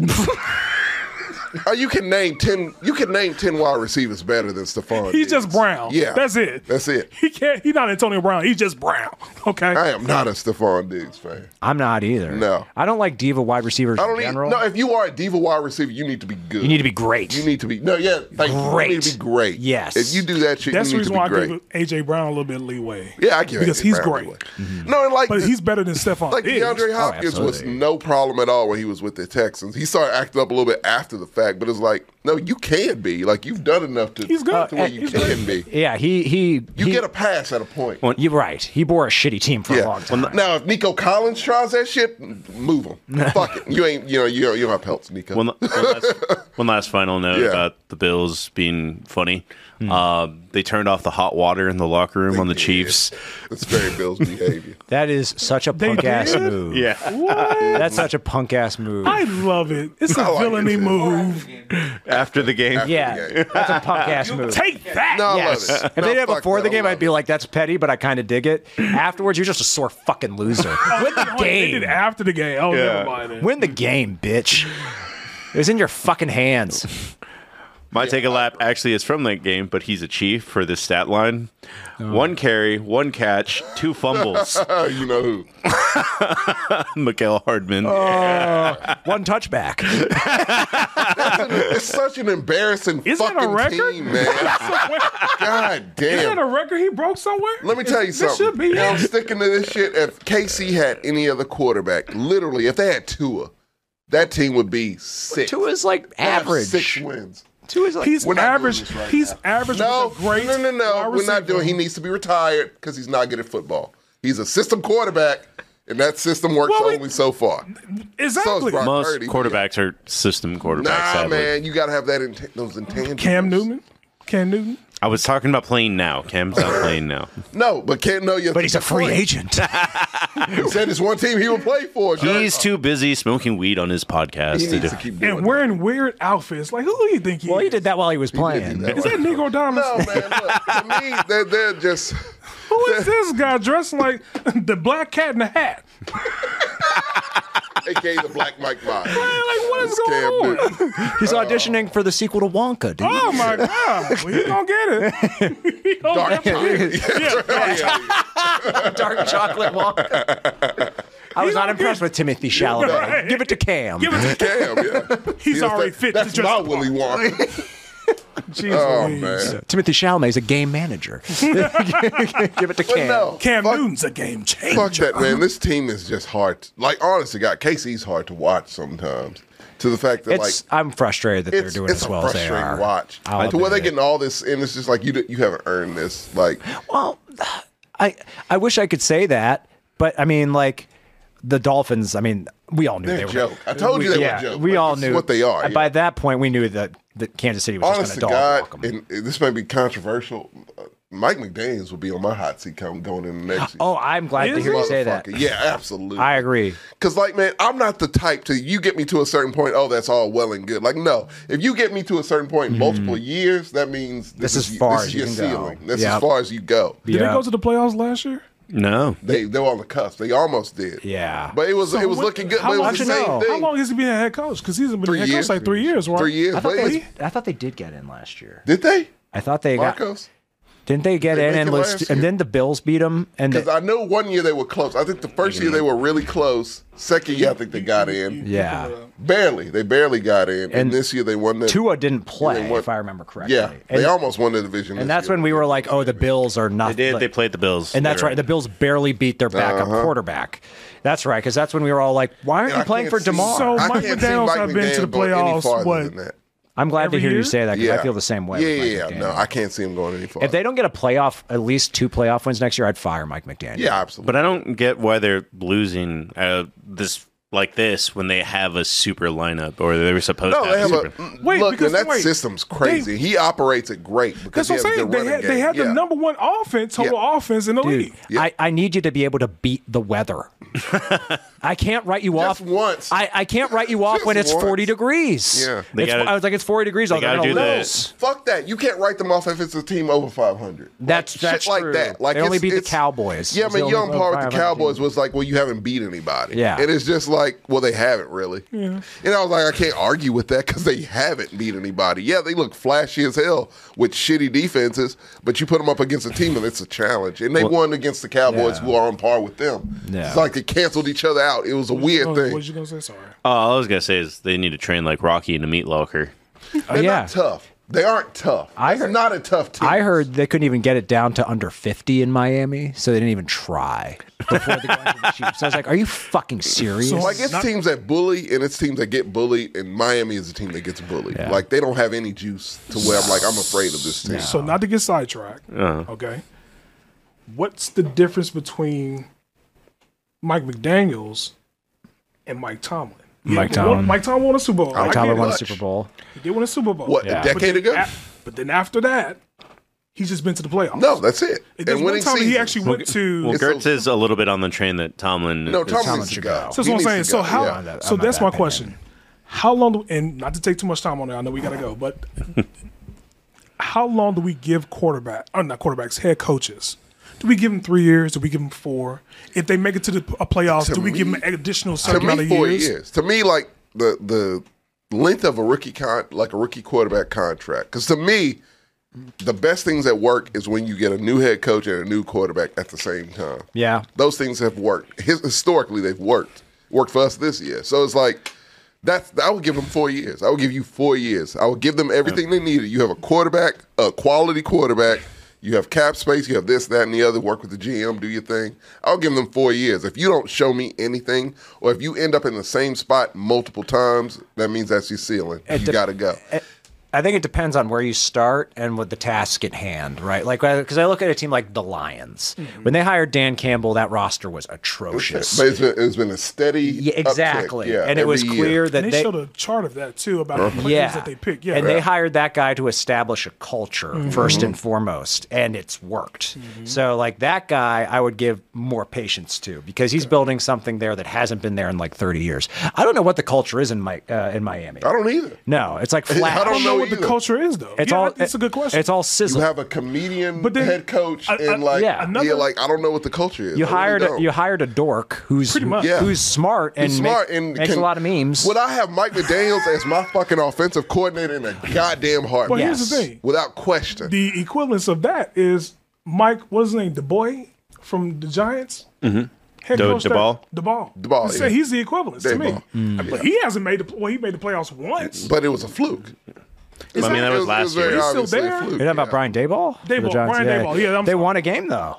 Oh, you can name ten. You can name ten wide receivers better than Stephon.
He's
Diggs.
just Brown.
Yeah,
that's it.
That's it.
He can't. He's not Antonio Brown. He's just Brown. Okay.
I am not a Stephon Diggs fan.
I'm not either.
No.
I don't like diva wide receivers
I don't
in
need.
general.
No, if you are a diva wide receiver, you need to be good.
you need to be great.
You need to be. No, yeah.
Great.
Thank You. you need to be great.
Yes.
If you do that shit,
that's
you
the reason
need to be
why I
great.
give AJ Brown a little bit of leeway.
yeah, I give
because
A.J.
he's
Brown
great.
away.
Mm-hmm.
No, and like
But
the-
he's better than Stephon.
Like
Diggs.
DeAndre Hopkins was
absolutely.
no problem at all when he was with the Texans. He started acting up a little bit after the fact, but it's like, no, you can be. Like you've done enough to,
He's good.
to where
Uh,
you
he's
can be.
yeah, he he.
You
he-
get a pass at a point.
You're right. He bore a shitty team for a long
yeah.
time.
Now, if Nico Collins tries that shit, move him. Fuck it. You ain't. You know. You you don't have pelts, Nico.
One, one, last, one last final note
Yeah.
about the Bills being funny. Uh, they turned off the hot water in the locker room on the Chiefs.
That's very Bill's behavior.
that is such a punk ass
did?
move.
Yeah,
What?
That's such a punk ass move.
I love it. It's a
I like
villainy
it.
move.
after the game.
yeah, that's a punk ass move.
Take that.
No, I
Yes.
love it.
If they did it before the game, I'd be
like,
like, "That's petty," but I kind of dig it. Afterwards, you're just a sore fucking loser. Win the
They
game.
did it after the game. Oh, never mind. then.
Win the game, bitch. It was in your fucking hands.
My take a lap actually is from that game, but he's a chief for this stat line. One carry, one catch, two fumbles.
oh, you know who?
Mikael Hardman.
Oh,
One touchback.
It's such an embarrassing
Is that a
fucking
record?
team, man. God damn.
Is that a record he broke somewhere?
Let me tell you
this
something.
should be
And I'm
it.
sticking to this shit. If KC had any other quarterback, literally, if they had Tua, that team would be six.
Two is like
They have
average.
Six wins.
Two is like
He's
We're not doing
average.
this right
he's
now.
average.
No,
with a great.
no, no, no.
wide
We're not
receiver.
doing. He needs to be retired because he's not good at football. He's a system quarterback, and that system works
Well, we-
only so far. So
exactly.
is Brock
Most
Purdy, but yeah.
quarterbacks are system quarterbacks.
Nah,
sadly.
man, you got to have that in those intangibles.
Cam Newton. Cam Newton.
I was talking about playing now. Cam's not playing now.
No, but can't know your.
But he's a free
point.
agent.
He said it's one team he would play for. Jared.
He's too busy smoking weed on his podcast
He
to
needs
do.
to keep doing
and wearing weird outfits. Like, who do you think he
well,
is?
he did that while he was
that.
playing.
He did
Is that Negro Diamonds?
No, man. Look, to me, they're, they're just.
Who is this guy dressed like the black cat in the hat?
AKA the Black Mike Mike.
Like, what is
This
going
Cam
on?
dude.
He's auditioning for the sequel to Wonka, dude.
Oh my god! Well, you don't get it. You don't
Dark
get it.
Henry.
Dark chocolate Wonka. I was not impressed with Timothy Chalamet.
Right.
Give it to Cam.
Give it to
Cam, yeah.
He's already
that-
fit to
That's
dress
not
the
Willy Wonka.
Jesus.
Oh,
Louise.
man.
Timothy Chalamet is a game manager. Give it to
But
Cam.
no.
Cam
fuck,
Newton's a game changer.
fuck that, man. This team is just hard. Like, honestly, God, KC's hard to watch sometimes. To the fact that,
It's,
like,
I'm frustrated that they're
it's,
doing
it's
as
a
well as they
frustrating
are.
watch.
I'll
to where they're
admit it.
getting all this, and it's just like, you, d- you haven't earned this. Like,
Well, I I wish I could say that, but I mean, like the Dolphins. I mean, we all knew
They're
they
a
were
joke. I told you they were a
yeah,
joke.
We
Like,
all
this is
knew
what they are,
And By
yeah.
that point, we knew that that Kansas City was
honest
just
to
going to dog
God,
walk 'em.
and this may be controversial. uh, Mike McDaniels will be on my hot seat come going in the next year.
Oh, I'm glad to
Is
hear you say that.
Motherfucker. Yeah, absolutely.
I agree.
Cause like, man, I'm not the type to you get me to a certain point. Oh, that's all well and good. Like, no, if you get me to a certain point, multiple years, that means
This is far Mm-hmm. as you
your
can go.
That's
Yep.
as far as you go.
Did
yeah.
they go to the playoffs last year?
No.
They they were on the cusp. They almost did.
Yeah.
but it was it was
what-
looking good.
how
But it
long-
was the same
how'd you know?
thing.
How long has he been a head coach? Because he's been
Three
a head
years.
coach like three years, right?
Three years.
I thought,
But it was-
they, I thought they did get in last year.
did they?
I thought they got.
Marcos.
Didn't they get
They
in
make
and
it
lose,
last
and
year.
then the Bills beat them? And
Because
the-
I know one year they were close. I think the first year they were really close. Second year I think they got in.
yeah,
Barely. They barely got in. And,
And
this year they won the
Tua didn't play,
They won-
if I remember correctly.
Yeah.
and,
they almost won the division.
and that's when we were like, "Oh, the Bills are
They
not."
did.
like-
They played the Bills.
And that's
They were-
right. The Bills barely beat their backup quarterback. That's right, because that's when we were all like, "Why aren't
And
you
Uh-huh. I
playing
can't
for
see-
Demar?"
So-
I
Mike
can't see
McDaniels have been to the
going any
playoffs,
farther
what?
than that.
I'm glad to
Every
hear you
year?
say that because
Yeah,
I feel the same way.
Yeah,
with Mike
yeah, yeah.
McDaniel.
No, I can't see him going any farther.
If they don't get a playoff, at least two playoff wins next year, I'd fire Mike McDaniel.
yeah, absolutely.
But I don't get why they're losing uh, this like this when they have a super lineup or they were supposed
no,
to
they
have,
have
a
a
super.
mm,
Wait,
look,
because-
and that
wait.
system's crazy. he operates it great because
That's what
he
I'm saying.
has a good
They
running
had,
game.
they had
Yeah.
the number one offense, total
Yeah.
offense in the
Dude,
league.
I, I need you to be able to beat the weather. I can't write you
Just
off
once.
I, I can't write you off
Just
when it's
once.
40 degrees.
Yeah.
They
It's-
gotta-
I was like, it's 40 degrees. I'll
they gotta
do
do
lose.
this.
Fuck that. You can't write them off if it's a team over 500.
That's-
Like,
that's
shit like
true.
that. Like
They only
it's-
beat the
it's-
Cowboys.
Yeah, I
It's the
mean, you're on
only
par with the
500
Cowboys
team.
was like, well, you haven't beat anybody.
Yeah.
And it's just like, well, they haven't really. Yeah. And I was like, I can't argue with that because they haven't beat anybody. Yeah, they look flashy as hell with shitty defenses, but you put them up against a team and it's a challenge. And they won against the Cowboys
Yeah.
who are on par with them.
Yeah.
It's like they canceled each other out. It was a weird
Oh,
thing.
What you gonna say? Sorry.
Oh, all I was gonna say is they need to train like Rocky in a meat locker.
Oh,
They're
yeah.
not tough. They aren't tough.
I
it's
heard-
not a tough team.
I heard they couldn't even get it down to under 50 in Miami, so they didn't even try before they got to the Chiefs. So I was like, are you fucking serious?
So,
Like it's
Not-
teams that bully and it's teams that get bullied, and Miami is a team that gets bullied. Like they don't have any juice to where I'm like I'm afraid of this team.
So not to get sidetracked.
Uh-huh.
Okay. What's the difference between Mike McDaniels and Mike Tomlin? Yeah,
Mike
won-
Tomlin.
Mike Tomlin won a Super Bowl. I
Mike
get
Tomlin
it.
won a
much.
Super Bowl.
He did win a Super Bowl.
What
Yeah.
a
But then
decade ago?
a- but then after that, he's just been to the playoffs.
No, that's it.
There's one time he
seasons.
actually went to.
Well,
It's a-
Gertz is a little bit on the train that Tomlin.
no
is-
Tomlin
Tomlin
needs to
should
go.
go.
So that's
He
what I'm
needs
saying.
to
So
go,
how?
yeah.
not-
so
I'm not
that's
that
my
bad.
question. How long? Do, and not to take too much time on it. I know we gotta go, but how long do we give quarterback? Or not quarterbacks, head coaches. Do we give them three years? Do we give them four? If they make it to the a playoffs,
To
do we give
me-
them an additional
To
certain amount
me,
of
four
years?
years. To me, like the the length of a rookie con like a rookie quarterback contract. Because to me, the best things that work is when you get a new head coach and a new quarterback at the same time.
Yeah.
those things have worked His, historically. They've worked worked for us this year. So it's like that's I would give them four years. I would give you four years. I would give them everything they needed. You have a quarterback, a quality quarterback. You have cap space. You have this, that, and the other. Work with the GM. Do your thing. I'll give them four years. If you don't show me anything, or if you end up in the same spot multiple times, that means that's your ceiling. you
dep-
got to go.
I think it depends on where you start and what the task at hand, right? Like, because I look at a team like the Lions. When they hired Dan Campbell, that roster was atrocious.
But it's been, it's been Mm-hmm. a steady.
Yeah,
uptick,
exactly.
yeah,
and it was
every year.
clear that
And they,
they,
showed a chart of that too about the players
yeah.
that they picked. Yeah, Mm-hmm.
and they hired that guy to establish a culture first
Mm-hmm.
and foremost, and it's worked. So, like that guy, I would give more patience to because he's building something there that hasn't been there in like 30 years. I don't know what the culture is in my uh, in Miami.
I don't either.
No, it's like flat.
I
I don't know what
either.
the culture is though.
It's
yeah,
all.
It's a good question.
It's all
You
sizzle.
have a comedian
But then-
head coach,
I- I-
and like,
yeah.
yeah,
Another-
like I don't know what the culture is.
you
I really
hired a,
don't.
you hired a dork who's
Pretty much.
Yeah.
who's smart and
He's smart
make-
and
makes
can-
a lot of memes.
Would I have Mike McDaniels as my fucking offensive coordinator in a goddamn
but
heartbeat?
here's the
Yes.
thing:
Without question.
the equivalence of that is Mike. What's his name? The boy from the Giants. Mm-hmm. Head
Do-
coach there-
DeBall?
DeBall.
DeBall,
He's-
yeah.
He's the equivalence to me.
DeBall.
But he hasn't made the well. He made the playoffs once.
but it was a fluke.
I mean, that was last year.
very
He's still
obviously a
there?
fluke,
You're talking
yeah.
about Brian Dayball? For the
Daboll,
Giants?
Brian Daboll, yeah, I'm
they
sorry.
won a game though.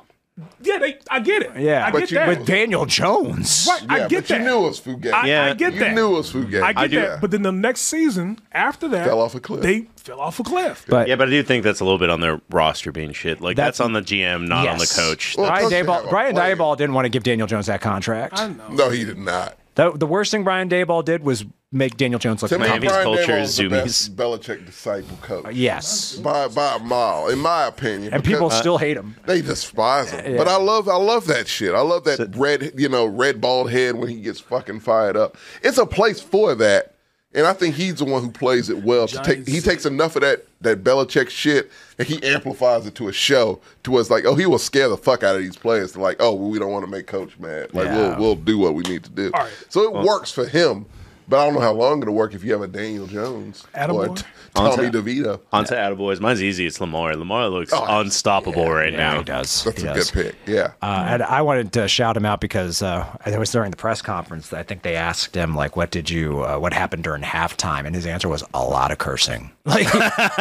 Yeah, they. I get it.
Yeah.
I
But
get
you-
that.
but
With Daniel Jones.
Right, I
Yeah,
get
but
that.
You knew it was fluke game.
I,
Yeah.
I get
you
that.
knew it was fluke game.
I get
do.
that. But then the next season after that,
Fell off a cliff.
They fell off a cliff.
But
Yeah, but I do think that's a little bit on their roster being shit. Like that's,
That's-
on the GM, not on the
Yes.
coach.
Well,
Brian
coach should have
Dayball,
a
Brian
player.
Dayball didn't want to give Daniel Jones that contract.
I know.
no, he did not.
The, the worst thing Brian Dayball did was make Daniel Jones look
To me,
bad.
Miami's
Brian
culture
Daboll
is
is the
zoomies.
best Belichick disciple coach.
Yes.
By, by a mile, in my opinion.
And people
because uh,
still hate him.
they despise him. But I love I love that shit. I love that red you know red bald head when he gets fucking fired up. It's a place for that, and I think he's the one who plays it well. To take, he takes enough of that that Belichick shit and he amplifies it to a show to where it's like oh he will scare the fuck out of these players. To like oh well, we don't want to make coach mad. Like
Yeah.
we'll we'll do what we need to do.
All right.
So it works for him. But I don't know how long it'll work if you have a Daniel Jones or
Attaboy.
a T- Tommy DeVito.
On to Attaboys. Mine's easy. It's Lamar. Lamar looks
Oh,
unstoppable right
Yeah,
now.
he does.
That's
he
a
does.
good pick. Yeah.
Uh, and I wanted to shout him out because uh, it was during the press conference that I think they asked him like, "What did you? Uh, what happened during halftime?" And his answer was a lot of cursing. Like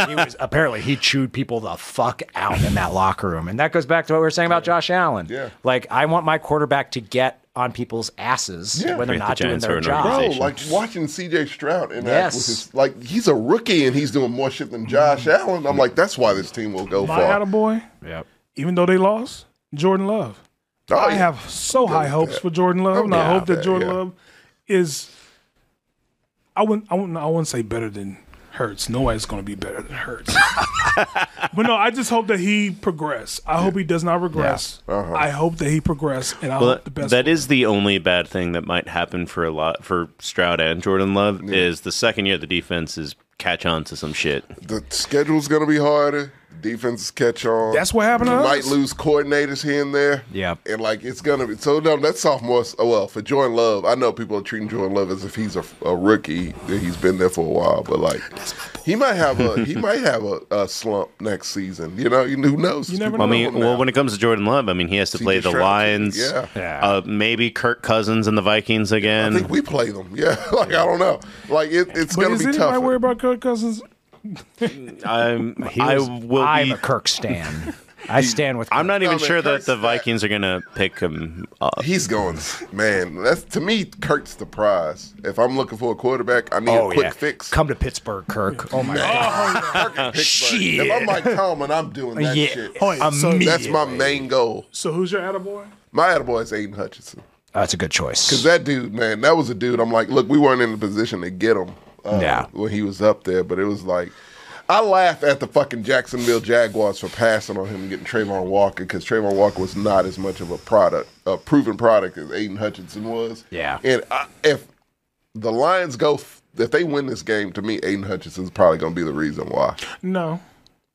he was apparently he chewed people the fuck out in that locker room, and that goes back to what we were saying about Josh Allen.
Yeah.
Like I want my quarterback to get on people's asses when they're
Great, the
not doing
Giants are
their
an
Bro,
job.
organization.
Oh, like watching CJ Stroud interact
Yes.
with his like he's a rookie and he's doing more shit than Josh
Mm-hmm.
Allen. I'm like, that's why this team will go
My
far.
attaboy,
Yep.
even though they lost, Jordan Love.
Oh,
I
yeah.
have so high hopes for Jordan Love, and I
doubt
hope that
that,
Jordan
yeah.
Love is. I wouldn't. I wouldn't. I wouldn't say better than Hurts. Nobody's going to be better than Hurts. but no, I just hope that he progress. I hope he does not regress.
Uh-huh.
I hope that he progress, and I
Well,
hope the best.
that is the only bad thing that might happen for a lot for Stroud and Jordan Love is the second year the defense is catch on to some shit.
the schedule's gonna be harder. Defenses catch on.
That's what happened to
You
us.
might lose coordinators here and there.
Yep.
And like it's gonna be so no, that's sophomore oh, well, for Jordan Love, I know people are treating Jordan Love as if he's a, a rookie, that he's been there for a while, but like he might have a he might have a, a slump next season. You know, you who knows?
You never
I
know.
mean, well, when it comes to Jordan Love, I mean, he has to play the
Stroud,
Lions,
yeah.
Yeah.
Uh, maybe Kirk Cousins and the Vikings again.
I think we play them. Yeah, like I don't know. Like it, it's
but
gonna
is
be
anybody
tough.
worried about Kirk Cousins?
I'm, I will
I'm
be.
a Kirk stan. I stand with.
I'm not even
man,
sure that
Kirk's
the
that-
Vikings are gonna pick him up.
He's going, man. That's to me, Kurt's the prize. If I'm looking for a quarterback, I need
Oh
a quick
yeah.
fix.
Come to Pittsburgh, Kirk. Oh my god.
Kirk and Pittsburgh.
Shit.
If I'm Mike Tomlin, I'm doing that
Yeah.
shit.
Oh, yeah, so-
That's my main goal.
So who's your attaboy?
My attaboy is Aiden Hutchinson.
Oh, That's a good choice.
Cause that dude, man, that was a dude. I'm like, look, we weren't in a position to get him uh,
Yeah.
when he was up there, but it was like, I laugh at the fucking Jacksonville Jaguars for passing on him and getting Trayvon Walker because Trayvon Walker was not as much of a product, a proven product as Aiden Hutchinson was.
Yeah.
and I, if the Lions go, f- if they win this game, to me, Aiden Hutchinson's probably going to be the reason why.
No,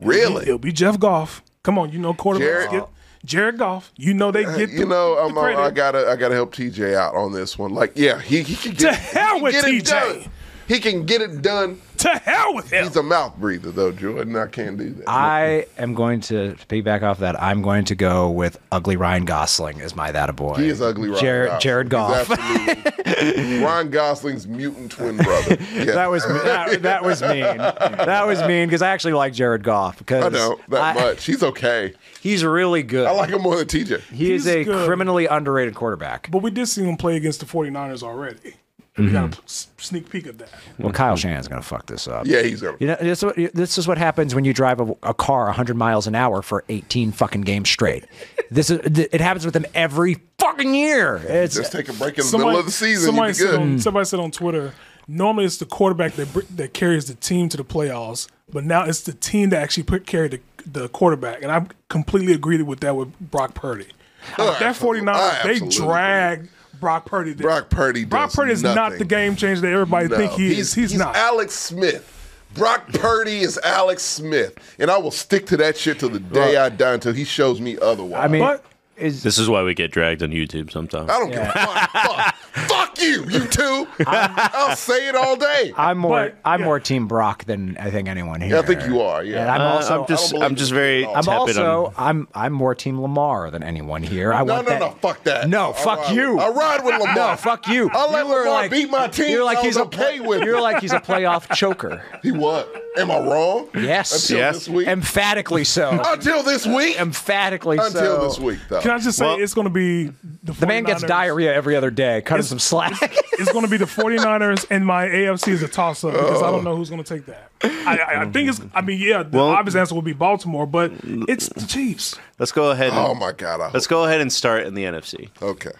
Really,
it'll be Jeff Goff. Come on, you know quarterbacks
Jared- Uh,
get Jared Goff. You know they get.
you know, I'm,
credit.
I gotta, I gotta help TJ out on this one. Like, yeah, he, he can get,
To hell
he can
with
get it
TJ.
done. He can get it done.
to hell with him.
He's a mouth breather though, Jordan. I can't do that.
I am going to piggyback off that. I'm going to go with ugly Ryan Gosling as my that a boy.
he is ugly. Ryan
Jared,
Gosling.
Jared
He's
Goff.
absolutely- Ryan Gosling's mutant twin brother. Yeah.
That was that, that was mean. That was mean because I actually like Jared Goff because
I know that
I-
much. He's okay.
He's really good.
I like him more than TJ.
he is
He's
a
good.
criminally underrated quarterback.
But we did see him play against the 49ers already. We got a s- sneak peek of that.
Well, Kyle Shanahan's going to fuck this up.
Yeah, he's gonna.
You know, this is, what, this is what happens when you drive a, a car 100 miles an hour for 18 fucking games straight. This is th- it happens with them every fucking year. It's
Let's take a break in the middle of the season. You'd
Somebody
be
said,
good.
on, somebody said on Twitter, normally it's the quarterback that br- that carries the team to the playoffs, but now it's the team that actually put carried the, the quarterback. And I completely agreed with that with Brock Purdy. that
absolutely-
49,
I
they
Oh, absolutely
dragged Brock Purdy. there.
Brock Purdy
Brock
does
Purdy is not
nothing.
the game changer that everybody
No,
think he is. He's, not.
Alex Smith. Brock Purdy is Alex Smith, and I will stick to that shit till the day I die until he shows me otherwise.
I mean
But-
is
This is why we get dragged on YouTube sometimes.
I don't give a fuck. fuck. Fuck you, you two. I'll say it all day. I,
I'm more
But-
I'm
yeah.
more team Brock than I think anyone here.
think you are.
And
Yeah.
I'm
Uh,
also
I'm just,
believe
I'm
it
just very.
I'm
tepid
also
on-
I'm I'm more team Lamar than anyone here. I
no,
want
no,
that.
no. Fuck that.
No,
I
fuck
ride
you.
With, I ride with Lamar.
No, fuck you.
I let
you were
Lamar
like,
beat my team.
You're like
I was
he's
okay
a
with.
You're
it.
like he's a playoff choker.
he what? Am I wrong?
Yes.
Until
Yes.
this week.
Emphatically so.
until this week.
Emphatically so.
until this week, though.
Can I just say
Well-
it's going to be the,
The man gets
49ers
diarrhea every other day. Cut him some slack.
It's going to be the 49ers and my AFC is a toss up because I don't
Oh.
know who's going to take that. I, I, I think it's, I mean, yeah, the
Well-
obvious answer will be Baltimore, but it's the Chiefs.
Let's go ahead. And,
oh my god. I hope.
Let's go ahead and start in the NFC.
Okay.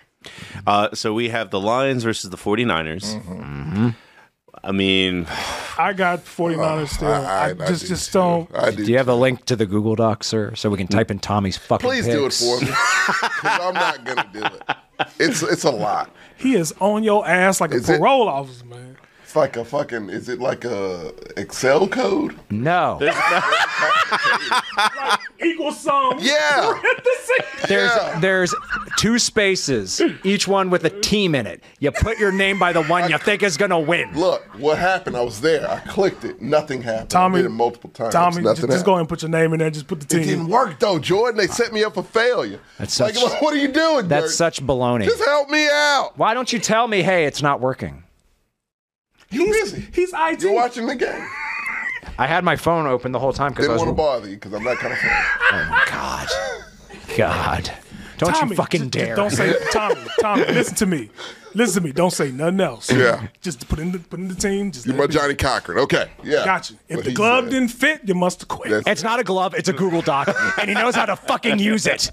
Uh, so we have the Lions versus the 49ers. I mean,
I got
Uh, Oh,
49ers still. I, just,
do
just
too.
don't.
I do.
Do you have a link to the Google Doc, sir, so we can type in Tommy's fucking?
Please do it
picks?
for me. 'Cause I'm not gonna do it. It's it's a lot.
He is on your ass like a
Is it-
parole officer, man.
It's like a fucking. Is it like a Excel code?
No, there's
Equal sum.
Yeah.
there's,
Yeah.
two spaces, each one with a team in it. You put your name by the one you think is gonna win.
Look what happened. I was there. I clicked it. Nothing happened.
Tommy,
I did it multiple times.
Tommy, just,
Nothing
just go
happened.
ahead and Ah. put your name in there. Just put the
It didn't
team.
work though, Jordan. They set me up for failure.
That's
like,
such-
what are you doing?
That's
Dirk?
such baloney.
Just help me out.
Why don't you tell me, hey, it's not working?
You busy?
He's IT.
You're watching the game.
I had my phone open the whole time because I
Didn't
was.
want to bother you because I'm that kind of. Fan.
oh, God, God, don't
Tommy,
you fucking
just-
dare!
just Don't say Tommy. Tommy, listen to me. Listen to me. Don't say nothing else.
Yeah.
Just put in the put in the team. Just
You're
let
my
it be.
Johnny Cochran. Okay. Yeah.
Got you. If
What
the
he
glove
said.
didn't fit, you must have quit.
That's-
It's not a glove, it's a Google Doc, and he knows how to fucking use it.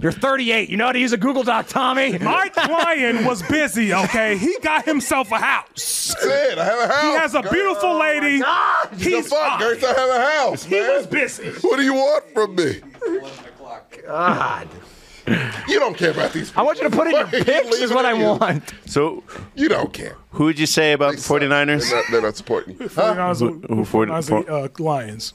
You're 38, you know how to use a Google Doc, Tommy.
My client was busy, okay? He got himself a house.
said, I have a house.
He has a
girl.
beautiful lady.
The
He's fine.
fuck, Gertz, I have a house,
He
man.
was busy.
What do you want from me?
11 o'clock.
God.
You don't care about these.
I want you to put in your picks, is what I want.
so
You don't care.
who would you say about the 49ers?
They're not, they're not supporting you.
Who,
Huh?
who- for-
uh, Lions.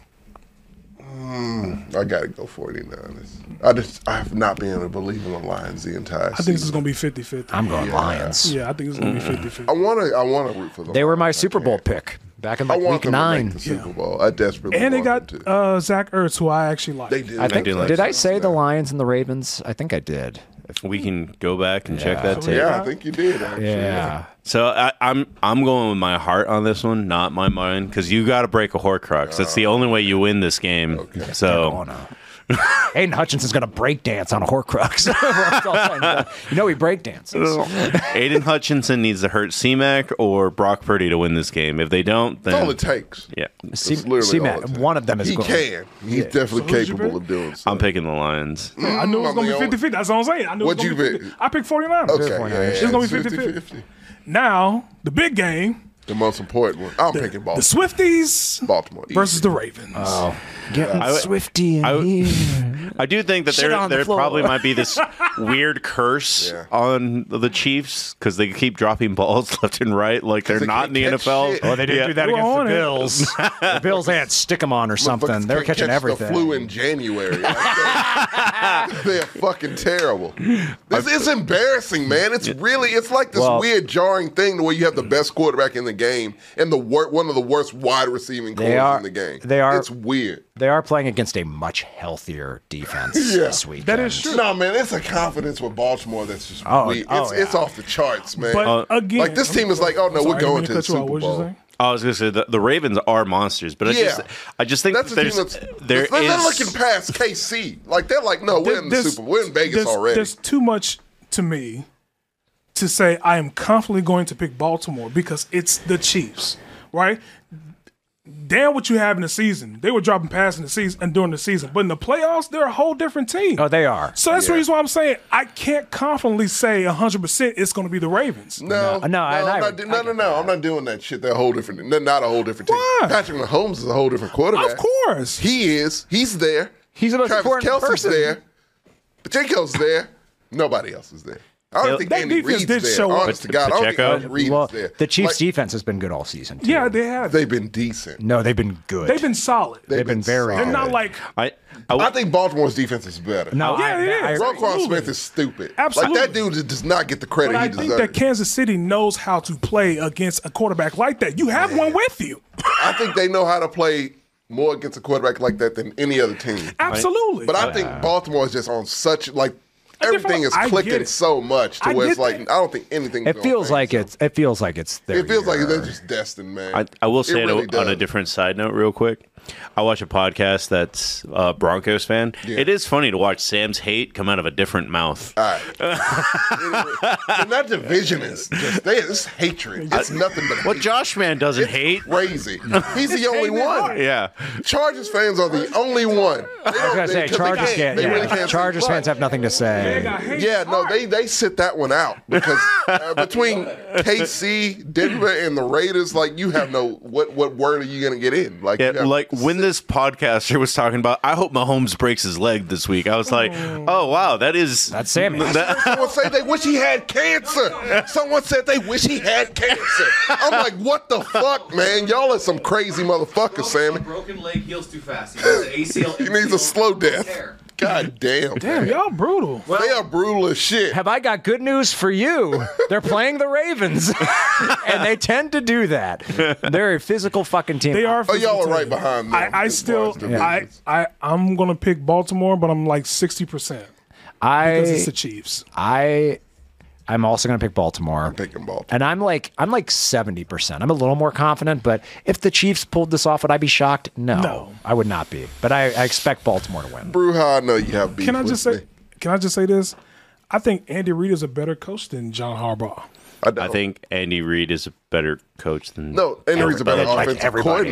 I gotta go 49ers. I just I have not been able to believe in the Lions the entire
I
season.
think this is going to be 50 50.
I'm going Lions.
Yeah, I think this is going to be 50
I
50.
wanna I wanna root for them.
They were my Super Bowl pick back in
I
like
want
week
them to make
nine.
the Super Bowl. I desperately
And they
want
got
them to.
uh, Zach Ertz, who I actually like.
they did.
I think,
do like
did I
that.
say the Lions and the Ravens? I think I did.
We can go back and check that tape.
Yeah, I think you did. Actually.
Yeah.
So I, I'm I'm going with my heart on this one, not my mind, because you got to break a Horcrux. That's the only way you win this game. So
Oh, Aiden Hutchinson's going to break dance on a Horcrux. It's all said and done. you know he break dances.
Aiden Hutchinson needs to hurt C-Mac or Brock Purdy to win this game. If they don't, then
That's all it takes.
yeah,
See,
It's literally
see
all
Matt,
it takes.
one of them is
He
going.
can. He's definitely
who's your
capable
pick?
of doing. So.
I'm picking the Lions.
I knew it was going
I'm
to
the
be
only-
50 50. That's what I'm saying. I knew
What'd
it was
you
gonna be
pick?
50. I picked 49.
Okay, yeah, yeah,
It's going to be 50 50.
50-50.
Now, the big game
The most important one. I'm picking
the
Baltimore.
Swifties
Baltimore easy.
versus the Ravens.
Getting
would-
Swifty in
I would-
here.
I do think that
Shit
there
on the
there
floor.
probably might be this weird curse
Yeah.
on the Chiefs because they keep dropping balls left and right, like they're
they
not in
can't
the
catch
NFL.
shit.
Oh, they didn't
Yeah.
do that
We're
against the
on it.
Bills. the Bills, they had stick 'em on or something.
Motherfuckers
They were
can't
catching
catch
everything.
The flu in January. Like, they're, they're fucking terrible. This is embarrassing, man. It's really it's like this
Well-
weird jarring thing where you have the best quarterback in the game and the wor- one of the worst wide receiving
They
cores
are-
in the game.
they are-
It's weird.
They are playing against a much healthier defense
Yeah.
this week.
That is true.
No, man, it's a confidence with Baltimore that's just
Oh,
weird.
oh,
it's, it's
yeah. Oh.
off the charts, man.
But
Uh,
again,
like this team is like, oh no, we're
Sorry, I didn't mean
going to the
cut you off.
Super
What was you
Bowl.
saying?
I was gonna say the, the Ravens are monsters, but I
Yeah.
just I just think
That's
that
the team
there's
that's
there
they're, they're
is-
looking past KC. Like they're like, no, we're in the
There's-
Super Bowl. We're in Vegas
there's,
already.
There's too much to me to say I am confidently going to pick Baltimore because it's the Chiefs, right? Damn what you have in the season. They were dropping passes in the season and during the season, but in the playoffs, they're a whole different team.
Oh, they are.
so that's the reason why I'm saying I can't confidently say 100% it's going to be the Ravens.
No,
No,
no, and
I'm
I-
not do-
I
no, no, no. I'm not doing that shit. That whole different, no, not a whole different team.
Why?
Patrick Mahomes is a whole different quarterback.
Of course.
he is. He's there.
He's the most
Travis
important
Kelce's
person.
there. But J. Cole's there. Nobody else is there. I don't
That
think Andy
defense
Reid's
did
there.
show up.
Honest to God, I don't think
Pacheco?
Andy Reid's
Well,
there.
the Chiefs'
Like,
defense has been good all season. Too.
Yeah, they have.
they've been decent.
No, they've been good.
They've been solid.
They've,
been very
solid.
They're not like
I, I,
I think Baltimore's defense is better.
no,
Oh, Yeah,
I,
it
I-
is.
Roquan
Absolutely.
Smith is stupid.
Absolutely.
Like that dude just does not get the credit
But
he
I
deserves.
think that Kansas City knows how to play against a quarterback like that. You have one with you.
I think they know how to play more against a quarterback like that than any other team.
Absolutely.
But I think Baltimore is just on such like
different-
everything is
I get
clicking
it.
so much to
I
where it's
get
like
that.
I don't think anything.
it feels like it's. It feels like it's. Their
It feels like
year.
they're just destined, man.
I, I will say it
really
on a
does.
different side note, real quick. I watch a podcast that's a Broncos fan. It is funny to watch Sam's hate come out of a different mouth.
All right. and that division is just they, it's hatred. It's nothing but
what Josh man doesn't hate?
crazy. He's the only
hating
one.
hard.
Yeah,
Chargers fans are the only one. They
I was gonna say Chargers
can't.
fans.
They
yeah,
really can't.
Chargers
But-
fans have nothing to say.
Yeah, no, they they sit that one out because uh, between KC, Denver, and the Raiders, like you have no what what word are you gonna get in? Like,
yeah.
you have-
Like when this podcaster was talking about, I hope Mahomes breaks his leg this week. I was like, oh wow, that is
Mm. That's Sammy.
someone say they wish he had cancer. Someone said they wish he had cancer. I'm like, what the fuck, man? Y'all are some crazy motherfuckers, Sammy.
A broken leg heals too fast. He needs an ACL.
He needs a
MCL.
slow death.
Care.
God damn.
Damn,
man.
y'all brutal.
they are brutal as shit.
Have I got good news for you? They're playing the Ravens, and they tend to do that. They're a physical fucking team.
They are.
Oh, y'all are right
physical.
behind me.
I, I still, I, I, I'm gonna pick Baltimore, but I'm like 60 percent because
I,
it's the Chiefs.
I, I'm also gonna pick Baltimore.
picking Baltimore.
and I'm like, I'm like 70 percent. I'm a little more confident, but if the Chiefs pulled this off, would I be shocked? No,
No.
I would not be. But I, I expect Baltimore to win.
Bruja, I know you have beef.
Can I
with
just say?
me.
Can I just say this? I think Andy Reid is a better coach than John Harbaugh.
I,
I
don't.
think Andy Reid is a better coach than
no, Andy Reid's a better
everybody.
offensive
everybody.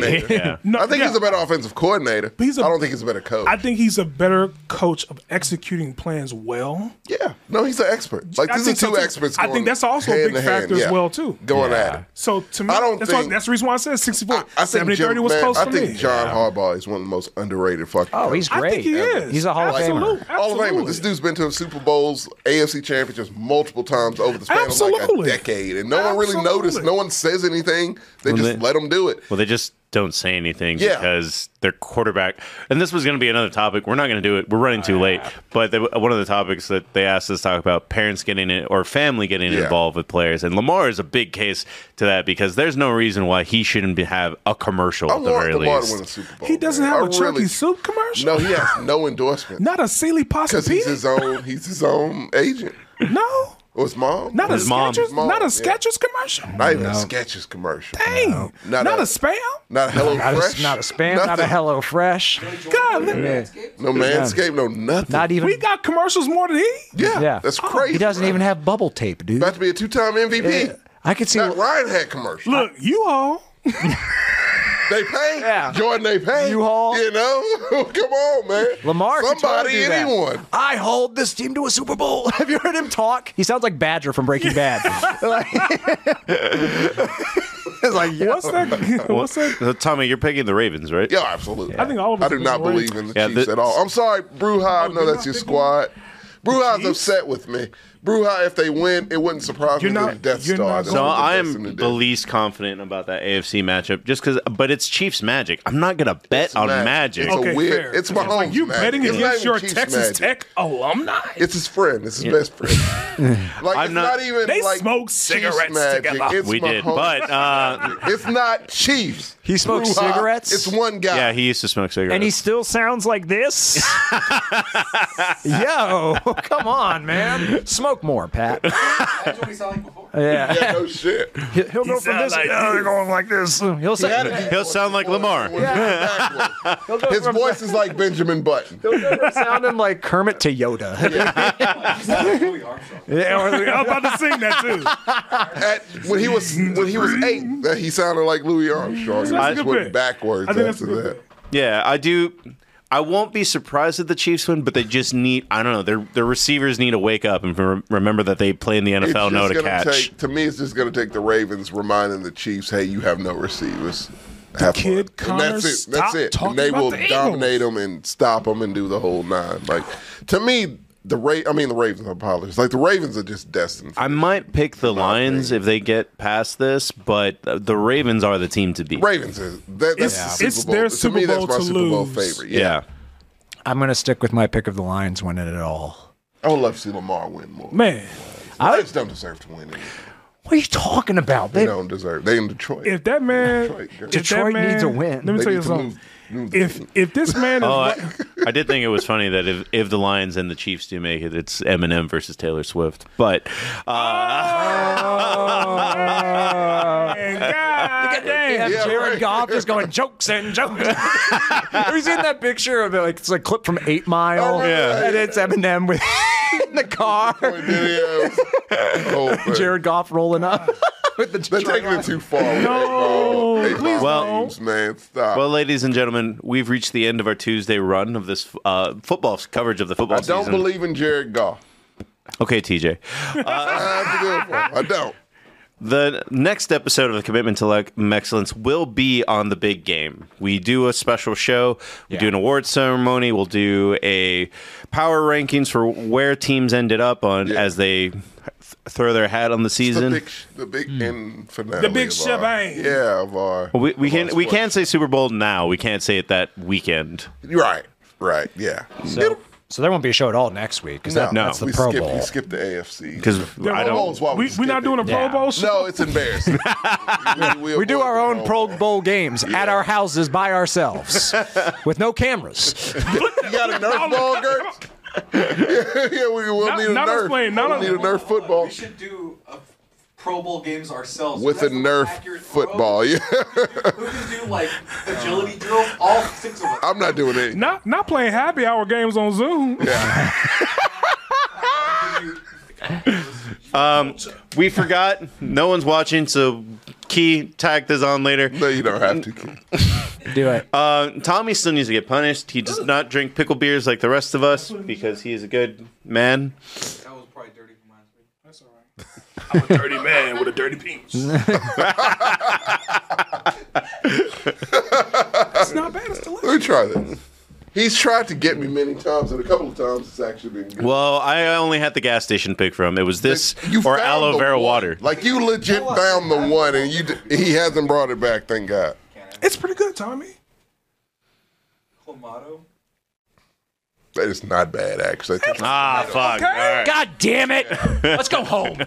coordinator.
No,
I think
yeah.
he's a better offensive coordinator. I
he's a-
I don't think he's a better coach.
I think he's a better coach of executing plans well.
yeah, no, he's an expert. Like
I
these are two
think so, too.
experts.
I
Going
think that's also a
hand
big
to hand.
factor as
Yeah.
well, too.
Going at it.
So to me,
I don't
that's,
think-
why- that's the reason why I said 64.
I, I think
70
Jim-
30 was
man,
close
I
for
think
me.
John Harbaugh is one of the most underrated fucking.
Oh, he's
coaches.
great.
I think he is.
He's a Hall of
Absolute-
Famer.
All of Famer.
absolutely.
This dude's been to Super Bowls, AFC championships multiple times over the span of like
Absolutely.
a decade, and no one really
Absolutely.
noticed. No one says anything. They
Well,
just
they-
let him do it.
Well, they just don't say anything
Yeah.
because their quarterback. And this was going to be another topic. We're not going to do it. We're running
Ah.
too late. But they, one of the topics that they asked us to talk about parents getting in or family getting
Yeah.
involved with players. And Lamar is a big case to that because there's no reason why he shouldn't be, have a commercial
I
at the
want
very
Oh, Lamar to
least.
win a Super Bowl.
He doesn't
man.
have
I
a Chucky
really-
Soup commercial.
No, he has no endorsement.
Not a Sealy Pasta
Because he's
Pizza.
his own. He's his own agent.
No.
Or his mom.
Not a
His mom.
Skechers.
Mom,
Not a
yeah.
Skechers commercial.
Not even a Sketches commercial.
Dang.
Not
Not,
a-
a, spam.
Not Hello
Not
Fresh.
a, not a spam, not a
nothing.
Hello Fresh,
God, look-
No Manscaped. No nothing.
not even.
we got commercials more than he.
yeah,
yeah. Oh,
that's crazy.
he doesn't even have bubble tape, dude.
About to be a two-time MVP.
I could see.
Not Ryan had commercial.
Look, you all.
They pay.
Yeah.
Jordan, they pay.
U-Haul.
You know? Come on, man.
Lamar, could totally
Somebody,
do that.
anyone.
I hold this team to a Super Bowl. Have you heard him talk? He sounds like Badger from Breaking Bad. it's like, yo.
What's that? What's that?
So, Tommy, you're picking the Ravens, right?
Yeah, absolutely.
I think all of us
I do
are
not
right.
believe in the
Yeah,
Chiefs
the-
at all. I'm sorry,
Oh,
Bruja. I know
you're
that's
not picking
your squad. Bruja's
Chiefs?
upset with me. Bruja, if they win, it wouldn't surprise
You're
me
not-
if they're Death
you're
Star.
not
That's
So
what
I
they seem to
am
do.
the least confident about that AFC matchup, just because. But it's Chiefs magic. I'm not gonna bet on magic.
It's
Okay,
a weird.
fair.
It's my home.
Like you betting against your Texas
magic.
Tech alumni?
It's his friend. It's his best friend. like
I'm not-
it's not, even.
They
like
smoke
Chiefs
cigarettes
magic.
together.
It's
we
my
did,
home.
but uh,
it's not Chiefs.
He smokes
Bruja.
cigarettes?
uh, It's one guy.
yeah, he used to smoke cigarettes.
and he still sounds like this. Yo, come on, man. smoke more, Pat.
That's what we sound like before.
Yeah.
Yeah, no shit.
He'll he'll go from
sound
this
like
oh, they're
this.
going like this. He'll say
He'll sound like Lamar.
he'll go
His
from-
voice is like Benjamin Button.
he'll go from sounding like Kermit to Yoda.
You sound like Louis Armstrong.
yeah, or the-
I'm about to sing that too.
At- when he was when he was eight, that he sounded like Louis Armstrong. He
a
just
good
went
pick.
backwards
I think that's
after
a good
that.
pick.
Yeah, I do. I won't be surprised if the Chiefs win, but they just need. I don't know. Their their receivers need to wake up and re- remember that they play in the
It's
NFL
just
now to
gonna
catch.
Take, to me, it's just going to take the Ravens reminding the Chiefs, "Hey, you have no receivers." Have fun."
kid
and
Connor,
that's it. That's
stop
it.
talking
And they
about
will
the Eagles.
dominate them and stop them and do the whole nine. Like to me, the Ra- I mean the Ravens. I apologize. Like the Ravens are just destined. For
I might pick the Lions if they get past this, but the Ravens are the team to beat.
Ravens is that, that's
It's-
the
it's
Super Bowl.
their
to
Super
me,
Bowl
that's my
to
Super Bowl
lose.
favorite. Yeah.
Yeah.
I'm gonna stick with my pick of the Lions winning it all.
I would love to see Lamar win more.
Man,
Lions don't deserve to win. Anymore.
What are you talking about?
They
They,
don't deserve. They in Detroit.
if that man,
Detroit,
if that
Detroit
man-
needs a win.
Let me
they
tell you
need to
something.
move. move the
If if this man is
Oh,
wa-
I, I did think it was funny that if, if the Lions and the Chiefs do make it, it's Eminem versus Taylor Swift. But uh,
Oh.
Man, God damn.
Yeah,
Jared
right.
Goff just going jokes and jokes. Have you seen that picture of it? Like it's a clip from Eight Mile,
Oh, yeah.
and it's Eminem with in the car,
videos. the whole thing.
Jared Goff rolling up with the
They're taking it too far. with
No,
eight ball, eight
please
ball
don't.
games, man, stop.
well, ladies and gentlemen, we've reached the end of our Tuesday run of this uh, football coverage of the football
I don't
season.
believe in Jared Goff.
okay, TJ.
I have to do it for him. I don't.
The next episode of the Commitment to Leg- Excellence will be on the big game. We do a special show. We do an award ceremony. We'll do a power rankings for where teams ended up on
Yeah.
as they th- throw their hat on the
The
season.
big, sh- the big end finale.
Hmm. The big
of our-
shebang.
Yeah, of our.
we we
of our
can we
sports.
can say Super Bowl now. We can't say it that weekend.
Right, right, yeah.
So, so there won't be a show at all next week because that,
No,
that's the
we
Pro
skip,
Bowl.
We skip the AFC
'Cause
The
I
Pro
don't-
Bowl's why
we,
skip
we're not
it.
doing a Pro
Yeah.
Bowl show.
No, it's embarrassing. we,
We do
avoid
our
the
own Pro Bowl games at
Yeah.
our houses by ourselves with no cameras.
You got a Nerf ball, Gertz? yeah, we will
Not-
need a
not
Nerf.
explain, not
we'll
a-
need a Nerf football
We should do a Pro Bowl games ourselves.
with a
That's the
Nerf
most accurate-
football. Yeah,
Who can do like agility drills? All six of us.
I'm not doing it.
Not not playing happy hour games on Zoom.
We forgot. No one's watching, so key tagged is on later.
No, you don't have to. kid.
Do it.
Uh, Tommy still needs to get punished. He does not drink pickle beers like the rest of us because he is a good man.
That was probably dirty from last week. That's all right.
dirty man with a dirty penis.
It's not bad. It's delicious.
Let me try this. He's tried to get me many times, and a couple of times it's actually been good.
Well, I only had the gas station pick for him. It was this or
found
aloe
the
vera
one.
water.
Like you legit found the one, and you d- he hasn't brought it back. Thank God.
It's pretty good, Tommy.
Clamato.
That is not bad, actually.
ah, fuck.
Okay.
God damn it. Let's go home.